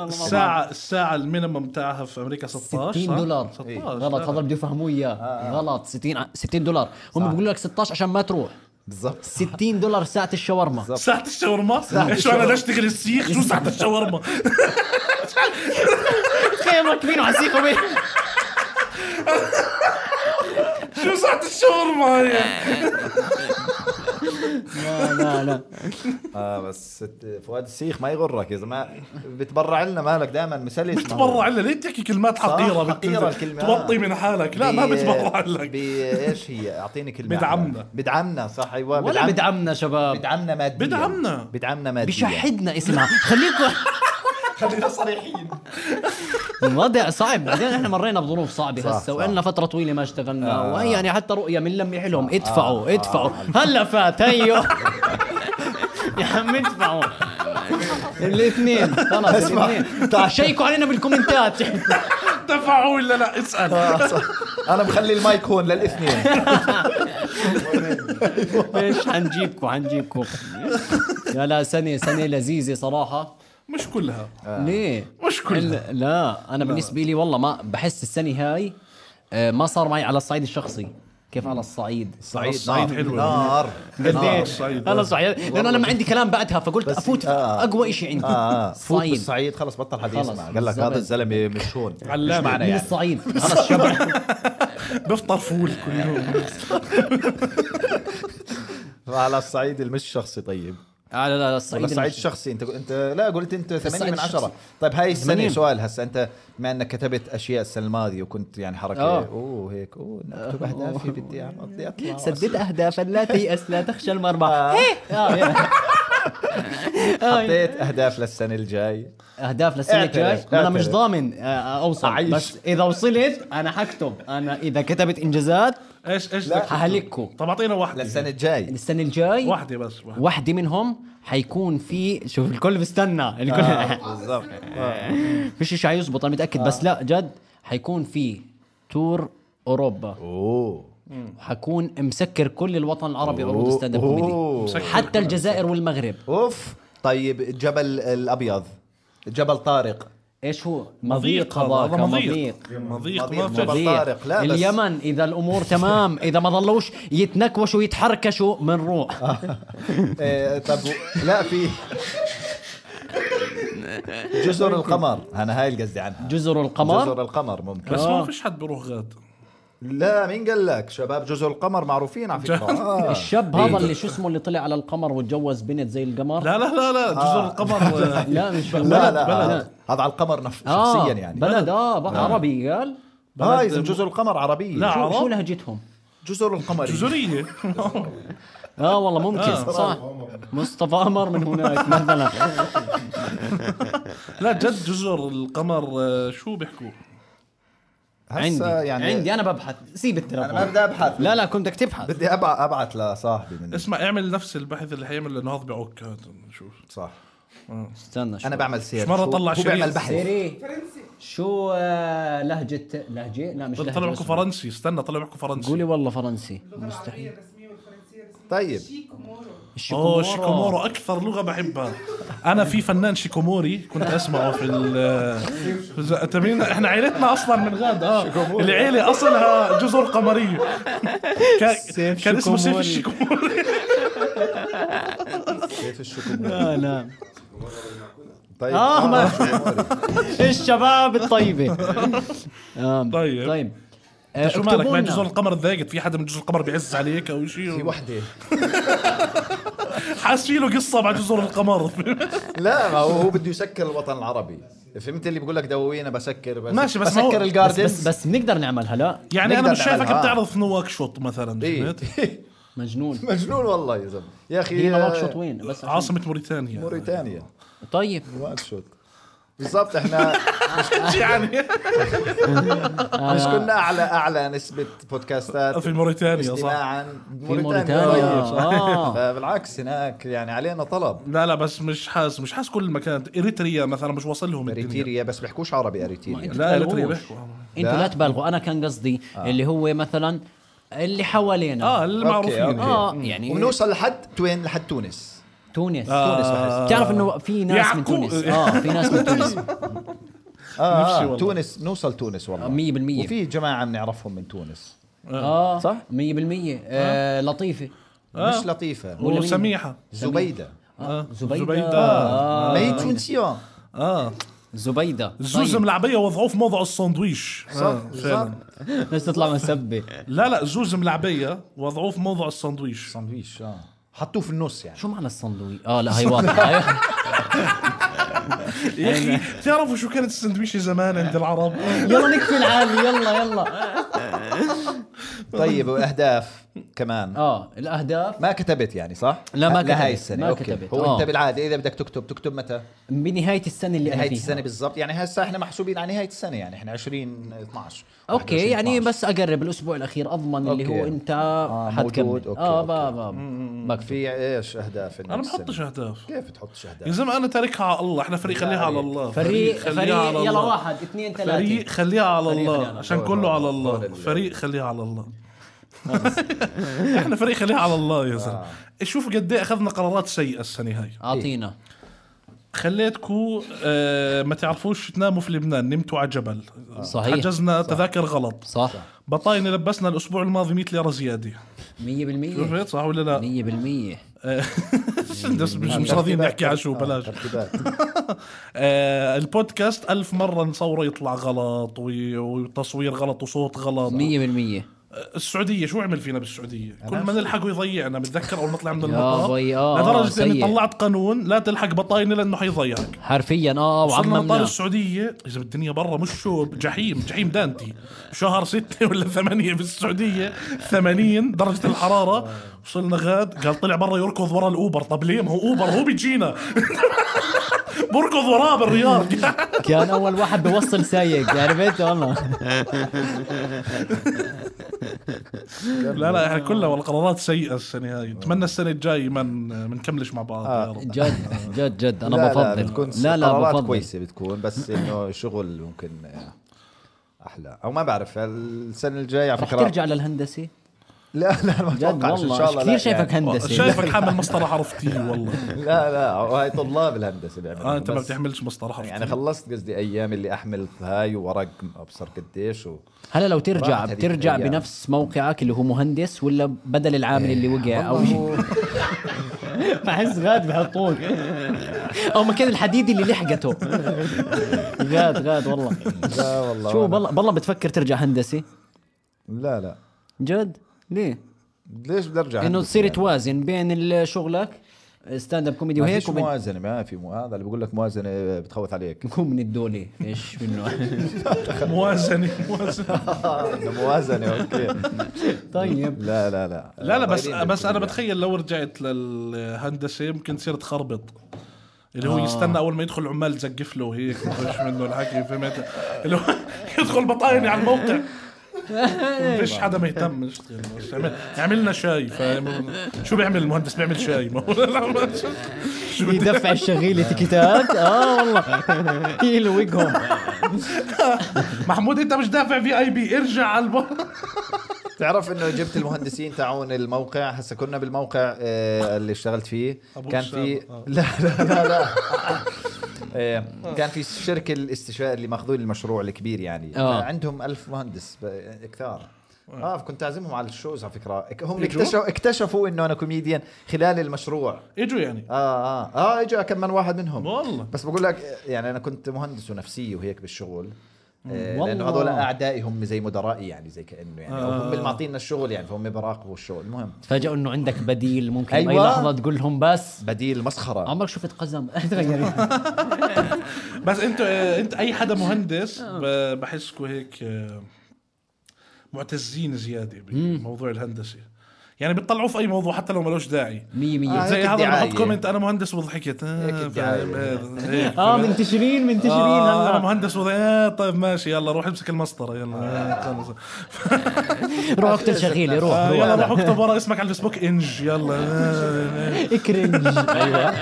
الساعة الساعة المينيمم تاعها في امريكا 16 60 صح؟ دولار إيه، 16 غلط لا. آه، هذا بده يفهموه اياه غلط 60 ع- 60 دولار هم بيقولوا لك 16 عشان ما تروح بالضبط 60 دولار ساعه الشاورما ساعة الشاورما؟ شو انا ليش اشتغل السيخ؟ شو ساعة الشاورما؟ تخيل مركبين وعسيقوا شو ساعة الشاورما هي؟ لا لا لا اه بس ست- فؤاد السيخ ما يغرك يا زلمه بتبرع لنا مالك دائما مسلس بتبرع لنا ليه بتحكي كلمات حقيرة صح، حقيرة بت- الكلمة. توطي من حالك لا ما بي- بتبرع لك بايش هي اعطيني كلمه بدعمنا. أحلى. بدعمنا صح ايوه ولا بدعمنا شباب بدعمنا ماديا بدعمنا. بدعمنا ماديا بشحدنا اسمها خليكم خلينا صريحين الوضع صعب بعدين احنا مرينا بظروف صعبه صح، هسه صح. وإلنا فتره طويله ما اشتغلنا آه. وهي يعني حتى رؤيه من لمي لهم ادفعوا ادفعوا هلا فات هيو يا عم ادفعوا الاثنين خلص اسمع. الاثنين تعال شيكوا علينا بالكومنتات دفعوا ولا لا اسال آه، صح. انا مخلي المايك هون للاثنين ايش حنجيبكم حنجيبكم يا لا سنه سنه لذيذه صراحه مش كلها آه. ليه؟ مش كلها. لا, لا انا بالنسبه لي والله ما بحس السنه هاي آه، ما صار معي على الصعيد الشخصي كيف على الصعيد صعيد نار صعيد حلوه نار آه، قديش الصعيد. انا صعيد لانه انا ما عندي كلام بعدها فقلت بس- افوت في آه. اقوى شيء عندي اه آه. فوت صعيد بالصعيد خلص بطل حد خلص، يسمع قال لك هذا الزلمه مش هون مش علامة. معنا من يعني الصعيد خلص شبع بفطر فول كل يوم على الصعيد المش شخصي طيب آه، لا لا ولا الصعيد الصعيد الشخصي. الشخصي انت انت لا قلت انت 8 الصعيد من 10 الشخصي. طيب هاي السنه 80. سؤال هسه انت بما انك كتبت اشياء السنه الماضيه وكنت يعني حركه آه. اوه هيك اوه إني اكتب اهدافي بدي أعمل- بدي اطلع سدد اهدافا لا تيأس لا تخشى المرمى آه. هيه. آه، يا. آه، حطيت اهداف للسنه الجاي اهداف للسنه اعترف، الجايه انا مش اعترف. ضامن آه، اوصل أعيش. بس اذا وصلت انا حكتب انا اذا كتبت انجازات ايش ايش لا. بدك؟ حهلككم طب اعطينا واحده للسنه الجاي السنه الجاي واحده بس واحدة. واحدة منهم حيكون في شوف الكل بستنى الكل آه، بالضبط آه. فيش شيء حيزبط انا متاكد بس لا جد حيكون في تور اوروبا اوه حكون مسكر كل الوطن العربي عروض ستاند اب كوميدي أوه. مسكر. حتى الجزائر والمغرب اوف طيب الجبل الابيض جبل طارق ايش هو مضيق مضيق هذاك هذا مضيق مضيق مضيق مضيق. ما مضيق. في جبل طارق، لا بس- اليمن اذا الامور تمام اذا ما ضلوش يتنكوشوا يتحركشوا آه. بنروح إيه، طب و- لا في جزر القمر انا هاي اللي قصدي عنها جزر جزر القمر القمر ممكن بس آه. ما فيش حد بيروح غاد لا مين قال لك شباب جزر القمر معروفين على فكره آه. الشاب هذا اللي شو اسمه اللي طلع على القمر وتجوز بنت زي القمر لا لا لا لا جزر القمر آه، لا مش لا لا, لا. هذا على القمر نف... آه شخصيا يعني بلد اه بقى عربي قال اه بلد- اذا جزر القمر عربيه لا. شو, عرب؟ شو لهجتهم جزر القمر جزريه اه والله ممكن آه. صح مصطفى قمر من هناك مثلا لا جد جزر القمر آه، شو بيحكوا عندي عندي يعني عندي انا ببحث سيب انا ما التلفون بدي ابحث لا لا كنت بدك تبحث بدي أبع... ابعت لصاحبي من اسمع اعمل نفس البحث اللي حيعمل لانه هذا بعك هات نشوف صح استنى شو انا بعمل سيرش مش مرة هو- طلع هو شريط. بيعمل بحث سيري شو آه، لهجة لهجة لا مش طلع بيحكوا لهجة فرنسي استنى طلع بيحكوا فرنسي قولي والله فرنسي العربية مستحيل الرسمية والفرنسية الرسمية طيب شيكومورو اوه شيكومورو اكثر لغه بحبها انا في فنان شيكوموري كنت اسمعه في ال أنت مين؟ احنا عيلتنا اصلا من غاد اه العيله اصلها جزر قمريه كان- سيف كان اسمه سيف شيكوموري. الشيكوموري كيف الشكوك لا لا طيب اه ما الشباب الطيبة آه، طيب. طيب آه، أنت شو مالك اكتبوا ما لنا. جزر القمر تضايقت في حدا من جزر القمر بيعز عليك او في شيء وحده حاسس في له قصه مع جزر القمر لا ما هو هو بده يسكر الوطن العربي فهمت اللي بقول لك دوينا بسكر بس ماشي، بس ما هو- بسكر بس- الجاردن بس بس بنقدر نعملها لا يعني انا نقدر إيه. مش شايفك نعملها. بتعرف نواكشوط مثلا فهمت؟ مجنون مجنون والله يا زلمه يا اخي هي نواكشوط وين بس عشان- عاصمه موريتانيا موريتانيا طيب نواكشوط بالضبط احنا يعني مش كنا اعلى اعلى نسبه بودكاستات في موريتانيا صح استماعا في موريتانيا اه فبالعكس هناك يعني علينا طلب لا لا بس مش حاس مش حاس كل المكان اريتريا مثلا مش واصل لهم الدنيا اريتريا بس بيحكوش عربي اريتريا لا اريتريا تبالغوش. بيحكوا انتوا لا تبالغوا انا كان قصدي اللي هو مثلا اللي حوالينا اه أوكي، المعروفين أوكي. اه يعني وبنوصل لحد وين لحد تونس تونس آه. تونس بحس. بتعرف انه في ناس يعقوب. من تونس اه في ناس من تونس 100% آه، نفسي اه والله. تونس نوصل تونس والله وفي جماعه بنعرفهم من تونس اه صح؟ 100% آه لطيفه آه. مش لطيفه ولا مين؟ وسميحه زبيده آه. زبيده زبيدة. آه. ما هي تونسيون اه زبيده زوز ملعبيه وضعوف موضع السندويش صح آه، صح فعلا بس تطلع مسبه لا لا زوز ملعبيه وضعوف موضع السندويش ساندويش اه حطوه في النص يعني شو معنى الصندوي اه لا هي واضحه يا اخي تعرفوا شو إيه. كانت السندويشه زمان عند العرب يلا نكفي العالي يلا يلا طيب واهداف كمان اه الاهداف ما كتبت يعني صح؟ لا، ما لهاي كتبت. السنه ما أوكي. كتبت. هو آه. انت بالعاده اذا بدك تكتب تكتب متى؟ بنهايه السنه اللي نهايه انا السنه فيها بالضبط يعني هسه احنا محسوبين على نهايه السنه يعني احنا 20 12 اوكي يعني 21 بس اقرب الاسبوع الاخير اضمن اللي أوكي. هو انت آه، موجود. حتكمل أوكي، اه أوكي. بابا بكفي في ايش اهداف انا ما بحطش اهداف كيف تحطش اهداف؟ يا زلمه انا تاركها على الله احنا فريق خليها على الله فريق خليها فريق على يلا الله. واحد اثنين ثلاثه فريق خليها على فريق الله خليها على عشان الله. كله على هو الله لله. فريق خليها على الله احنا فريق خليها على الله يا زلمه شوف قد ايه اخذنا قرارات سيئه السنه هاي اعطينا إيه. خليتكم آه ما تعرفوش تناموا في لبنان نمتوا على جبل صحيح. حجزنا تذاكر غلط صح 100% بطاينة لبسنا الاسبوع الماضي 100 ليره زياده شفت صح ولا لا 100% بس مش مش راضيين نحكي على شو بلاش ترتيبات آه البودكاست ألف مرة نصوره يطلع غلط وي- وتصوير غلط وصوت غلط 100% السعودية شو عمل فينا بالسعودية كل ما نلحقه يضيعنا بتذكر أول ما طلع من المطار بي، آه، لدرجة آه، إني سيء. طلعت قانون لا تلحق بطاينة لأنه حيضيعك حرفيا اه وصلنا مطار وعممناه السعودية إذا الدنيا برا مش شو جحيم جحيم دانتي شهر ستة ولا ثمانية في السعودية ثمانين درجة الحرارة وصلنا غاد قال طلع برا يركض ورا الأوبر طب ليه ما هو أوبر هو بيجينا بركض وراه بالرياض كان اول واحد بوصل سايق عرفت والله لا لا احنا كلها والقرارات سيئه السنه هاي اتمنى السنه الجاي ما ن- ما نكملش مع بعض يا رب جد جد جد انا لا، لا بفضل بتكون لا لا قرارات بفضل كويسه بتكون بس انه شغل ممكن آه، احلى او ما بعرف السنه الجايه على رح فكره ترجع للهندسه لا لا ما جد اتوقعش ان شاء والله الله كثير لا شايفك يعني. هندسه آه، شايفك حامل مسطره حرف تي والله لا لا هاي طلاب الهندسه بيعملوا اه انت ما بس بتحملش مسطره حرف يعني تي خلصت قصدي ايام اللي احمل هاي وورق ابصر قديش و... هلا لو ترجع راحت هذيك بترجع الأيام. بنفس موقعك اللي هو مهندس ولا بدل العامل اللي وقع إيه. او شيء بحس غاد بحطوك او مكان الحديد اللي لحقته غاد غاد والله لا والله شو وأنا- بالله بالله بتفكر ترجع هندسه لا لا جد ليه ليش بدي ارجع انه هندسة تصير يعني؟ توازن بين ال- شغلك ستاند اب كوميدي ما وهيك فيش وبين موازنه ما في مو... هذا اللي بقول لك موازنه بتخوث عليك كم من الدولة ايش منه موازنه موازنه آه، إنه موازنه اوكي طيب لا لا لا لا لا بس طايرين بس بالكلية. انا بتخيل لو رجعت للهندسه يمكن تصير تخربط اللي هو يستنى اول ما يدخل عمال تزقف له هيك مش منه الحكي فهمت اللي هو يدخل بطاينه على الموقع ما فيش حدا مهتم يشتغل بس يعمل- يعمل لنا شاي فاهم شو بيعمل المهندس بيعمل شاي ما هو لا، ما- شو بدي- يدفع الشغيل تيكيتات اه والله يلوقهم محمود انت مش دافع في اي بي ارجع على الب... تعرف انه جبت المهندسين تاعون الموقع هسه كنا بالموقع آه، اللي اشتغلت فيه أبو كان في أسامة، آه. لا لا لا, لا. آه، كان في الشركه الاستشاري اللي ماخذين المشروع الكبير يعني آه. عندهم ألف مهندس ب- كثار آه. اه كنت اعزمهم على الشوز على فكره إك- هم يجوا؟ اكتشفوا اكتشفوا انه انا كوميديان خلال المشروع اجوا يعني اه اه اه اجى كم من واحد منهم والله بس بقول لك يعني انا كنت مهندس ونفسيه وهيك بالشغل آه، لانه والله. هذول اعدائي هم زي مدرائي يعني زي كانه يعني أو هم آه. اللي معطينا الشغل يعني فهم بيراقبوا الشغل المهم تفاجئوا انه عندك بديل ممكن أيوة. اي لحظة تقول لهم بس بديل مسخره عمرك شفت قزم تغيري بس انت اه، انت اي حدا مهندس ب- بحسكوا هيك اه، معتزين زياده بموضوع الهندسه يعني بتطلعوا في اي موضوع حتى لو ملوش داعي 100% آه. زي هيك هذا اللي الدعاية. بحط كومنت انا مهندس وضحكت آه، هيك فاهم، الدعاية. هذا، هيك، اه فهمت؟ منتشرين منتشرين آه، انا هلا مهندس وضحكت آه، طيب ماشي يلا روح امسك المسطره يلا آه، خلص. روح اقتل شغيلي روح آه، يلا روح روح اكتب ورا اسمك على الفيسبوك انج يلا آه، اكرنج ايوه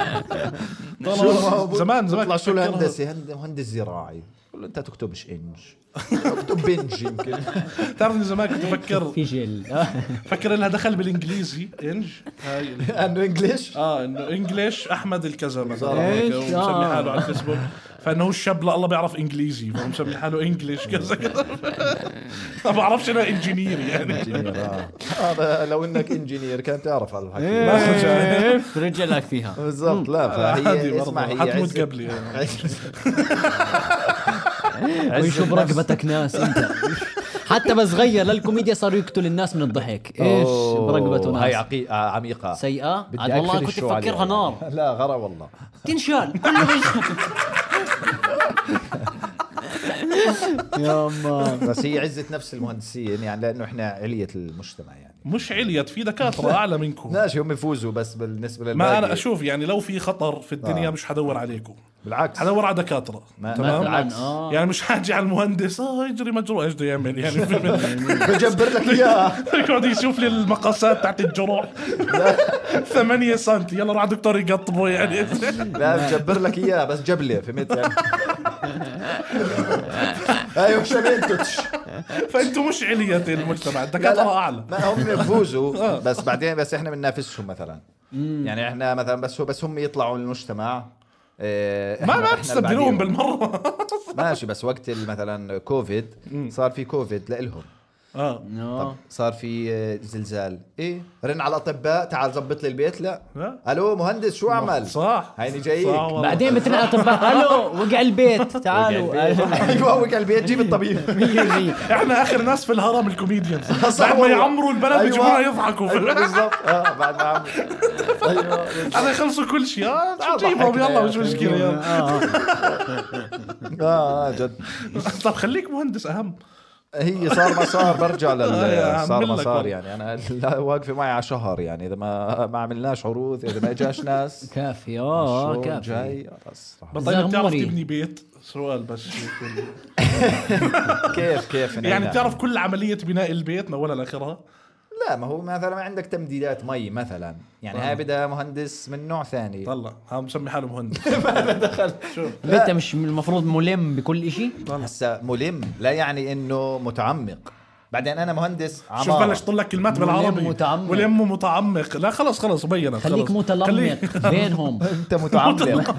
طلع- زمان زمان بيطلع شو تفكرها. الهندسه هند- مهندس زراعي بقول له انت تكتبش انج اكتب بنج يمكن بتعرف إني زمان كنت بفكر في جل آه. فكر انها دخل بالانجليزي انج هاي ال- لانه انجلش اه انه انجلش احمد الكذا إيه، مثلا إيش؟ هيك، ومسمي آه. حاله على الفيسبوك فانه هو الشاب لا الله بيعرف انجليزي فهو مسمي حاله انجلش كذا كذا ما بعرفش انا انجينير يعني هذا لو انك انجينير كان تعرف على الحكي إيه. كيف رجلك فيها بالضبط لا آه، عادي فهي برضه، اسمع هي حتموت عز- قبلي يعني. عز- ويشوف رقبتك ناس انت حتى بس غير للكوميديا صار يقتل الناس من الضحك ايش أوه، برقبته هاي ناس عقي- آه، عميقه سيئة بدي عاد والله أقفل كنت الشو عليها مفكرها يعني. نار لا غرا والله تنشال كله بينشال. يا الله بس هي عزه نفس المهندسين يعني لانه احنا عليه المجتمع يعني مش عليت في دكاتره اعلى منكم ماشي هم يفوزوا بس بالنسبه للباقي ما انا اشوف يعني لو في خطر في الدنيا آه. مش حدور عليكم بالعكس حدور على دكاتره ما- تمام بالعكس. اه يعني مش حاجي على المهندس اه يجري مجروح ايش بده يعمل يعني بجبر لك اياه يقعد يشوف لي المقاسات تحت الجروح 8 سم يلا روح على دكتور يقطبه يعني لا بجبر لك اياه بس جبله فهمت يعني ايوه عشان انتش فانتم مش علية المجتمع لا، لا. الدكاتره اعلى ما هم آه. بفوزوا بس بعدين بس احنا بننافسهم مثلا يعني احنا مثلا بس هو بس هم يطلعوا المجتمع إيه، ما إحنا- ما إحنا بعديهم. تستبدلوهم بالمره ماشي بس وقت ال- مثلا كوفيد صار في كوفيد لإلهم اه طب آه. صار في آه، زلزال ايه رن على الاطباء تعال زبط لي البيت لا لا. الو مهندس شو عمل صح هيني جايك صح والله. بعدين بترن على الاطباء الو وقع البيت تعالوا آه، ايوه وقع البيت أيوة. جيب الطبيب احنا اخر ناس في الهرم الكوميديانز صح بعد ما والله. يعمروا البلد أيوة. بيجيبونا يضحكوا أيوة، أيوة بالضبط اه بعد ما عم ايوه هذا يخلصوا كل شيء اه تعال جيبهم ضحكنا يلا يا مش أخي. مشكله يلا. آه، اه آه، جد طب خليك مهندس اهم هي صار ما صار برجع آه، يا لل عم صار ما بالله صار كل- يعني انا لا واقفه معي على شهر يعني اذا ما ما عملناش عروض اذا ما اجاش ناس كافي اه آه، شو كافي جاي خلص رح- بطل بتعرف زغمري. طيب، تبني بيت سؤال بس يكون- أيوة. كيف كيف نعم. يعني نعمل؟ بتعرف كل عمليه بناء البيت من اولها لاخرها لا ما هو مثلا عندك تمديدات مي مثلا يعني هاي بدها مهندس من نوع ثاني طلع ها مسمي حاله مهندس انت مش المفروض ملم بكل شيء هسا ملم لا يعني انه متعمق بعدين انا مهندس عمارة شوف بلش طلع كلمات بالعربي متعمق. ولمه متعمق لا خلص خلص بينت خليك خلص. خليك- متلمق بينهم انت متعمق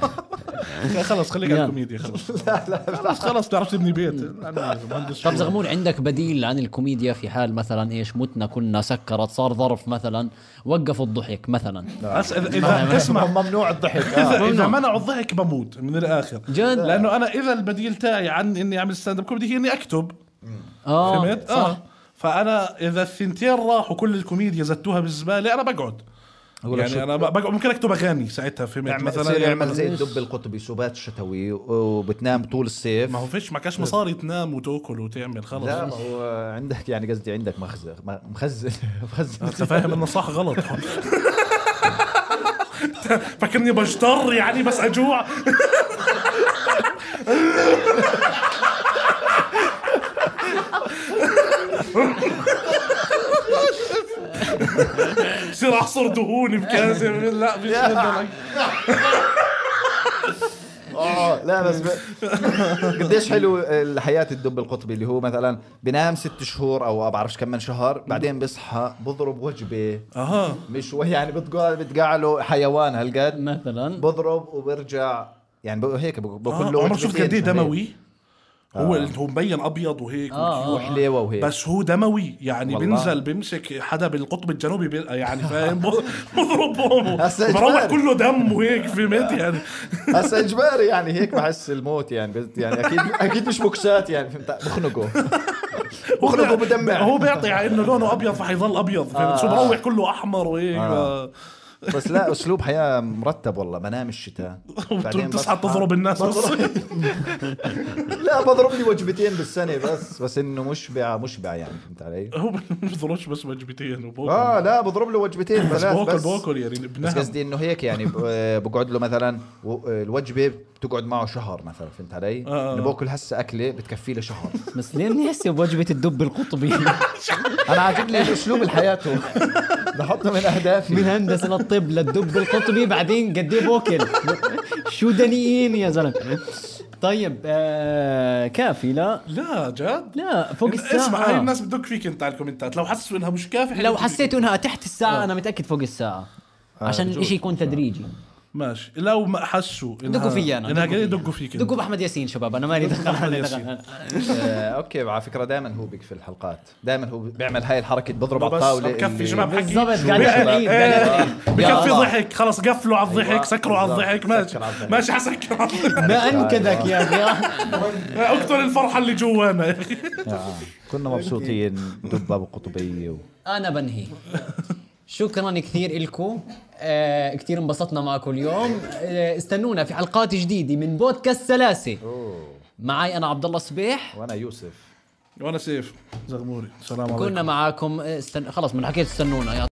خلص خليك على الكوميديا خلص خلص خلص بتعرف تبني بيت أنا مهندس طب شو. زغمون عندك بديل عن الكوميديا في حال مثلا ايش متنا كنا سكرت صار ظرف مثلا وقفوا الضحك مثلا بس إذا- اذا اسمع ممنوع الضحك آه. اذا اذا منعوا الضحك بموت من الاخر جد؟ لانه انا اذا البديل تاعي عن اني اعمل ستاند اب كوميدي هي اني اكتب آه، اه فهمت؟ اه فانا اذا الثنتين راحوا كل الكوميديا زتوها بالزباله انا بقعد أقول لك شو- يعني انا بقعد ممكن اكتب اغاني ساعتها فهمت يعمل مثلا مثلا يعمل يعني زي الدب القطبي سبات شتوي وبتنام طول الصيف ما هو فيش ما كاش مصاري تنام وتاكل وتعمل خلص لا ما هو عندك يعني قصدي عندك مخزن ما- مخزن مخزن انت فاهم انه صح غلط فكرني بجتر يعني بس اجوع بصير احصر دهون بكاسه لا مش هيك. آه، لا بس ب... قديش حلو الحياة الدب القطبي اللي هو مثلا بنام ست شهور او بعرفش كم من شهر بعدين بصحى بضرب وجبة اها مش وهي يعني بتقال بتقعله حيوان هالقد مثلا بضرب وبرجع يعني ب- هيك ب- باكل له آه، عمرك وجبتين شفت قد ايه فهمت؟ دموي؟ آه. هو هو مبين ابيض وهيك آه، وكيوت. وحليوه وهيك بس هو دموي يعني والله. بينزل بيمسك حدا بالقطب الجنوبي بي- يعني فاهم ب- بضربهم هسا بروح إجباري. كله دم وهيك فهمت يعني هسا اجباري يعني هيك بحس الموت يعني بس يعني اكيد اكيد مش بوكسات يعني فهمت بخنقه بخنقه هو بدمع بيعطي على انه لونه ابيض فحيظل ابيض فهمت شو بروح كله احمر وهيك آه. بس لا اسلوب حياه مرتب والله بنام الشتاء بعدين آه. بتصحى بصحى. تضرب الناس لا بضرب لي وجبتين بالسنه بس بس انه مشبع مشبع يعني فهمت علي؟ هو بيضربش بس وجبتين وبوكل اه لا بضرب له وجبتين بس ثلاث بوكل بس بوكل يعني بس بنهم قصدي انه هيك يعني ب- بقعد له مثلا و- الوجبه بتقعد معه شهر مثلا فهمت علي؟ آه. انه باكل هسه اكله بتكفيه لشهر بس ليه نحسب بوجبه الدب القطبي انا عاجبني اسلوب حياته بحطه من اهدافي من هندسه للطب للدب القطبي بعدين قد ايه بوكل شو دنيين يا زلمه طيب آه كافي لا لا جد لا فوق اسمع هاي الساعه الناس بدك فيك انت على الكومنتات لو حسوا انها مش كافيه لو حيدوك. حسيتوا انها تحت آه. الساعه انا متاكد فوق الساعه عشان بجوز. الاشي يكون تدريجي آه. ماشي لو ما حسوا إنها- دقوا فيي أنا، انها دقوا قليل فيي. دقوا فيك دقوا باحمد ياسين شباب انا مالي دخل بأحمد أنا ياسين. دخل. آه، اوكي على فكره دائما هو بيك في الحلقات دائما هو بيعمل هاي الحركه بضرب على بس الطاوله بكفي اللي- يعني آه. شباب حكي بالضبط، شو قاعد بي- يحكي. إيه، قاعد بكفي يلا. ضحك خلاص قفلوا على الضحك أيوة. سكروا على بالضبط، الضحك سكر ماشي على الضحك. ماشي حسكر على الضحك ما انكدك يا اخي اقتل الفرحه اللي جوانا يا اخي آه. كنا مبسوطين دب ابو قطبيه و... انا بنهي شكرا كثير لكم آه كثير انبسطنا معكم اليوم آه استنونا في حلقات جديده من بودكاست سلاسه معي انا عبد الله صبيح وانا يوسف وانا سيف زغموري سلام عليكم كنا معاكم استن... آه، خلص من حكيت استنونا يا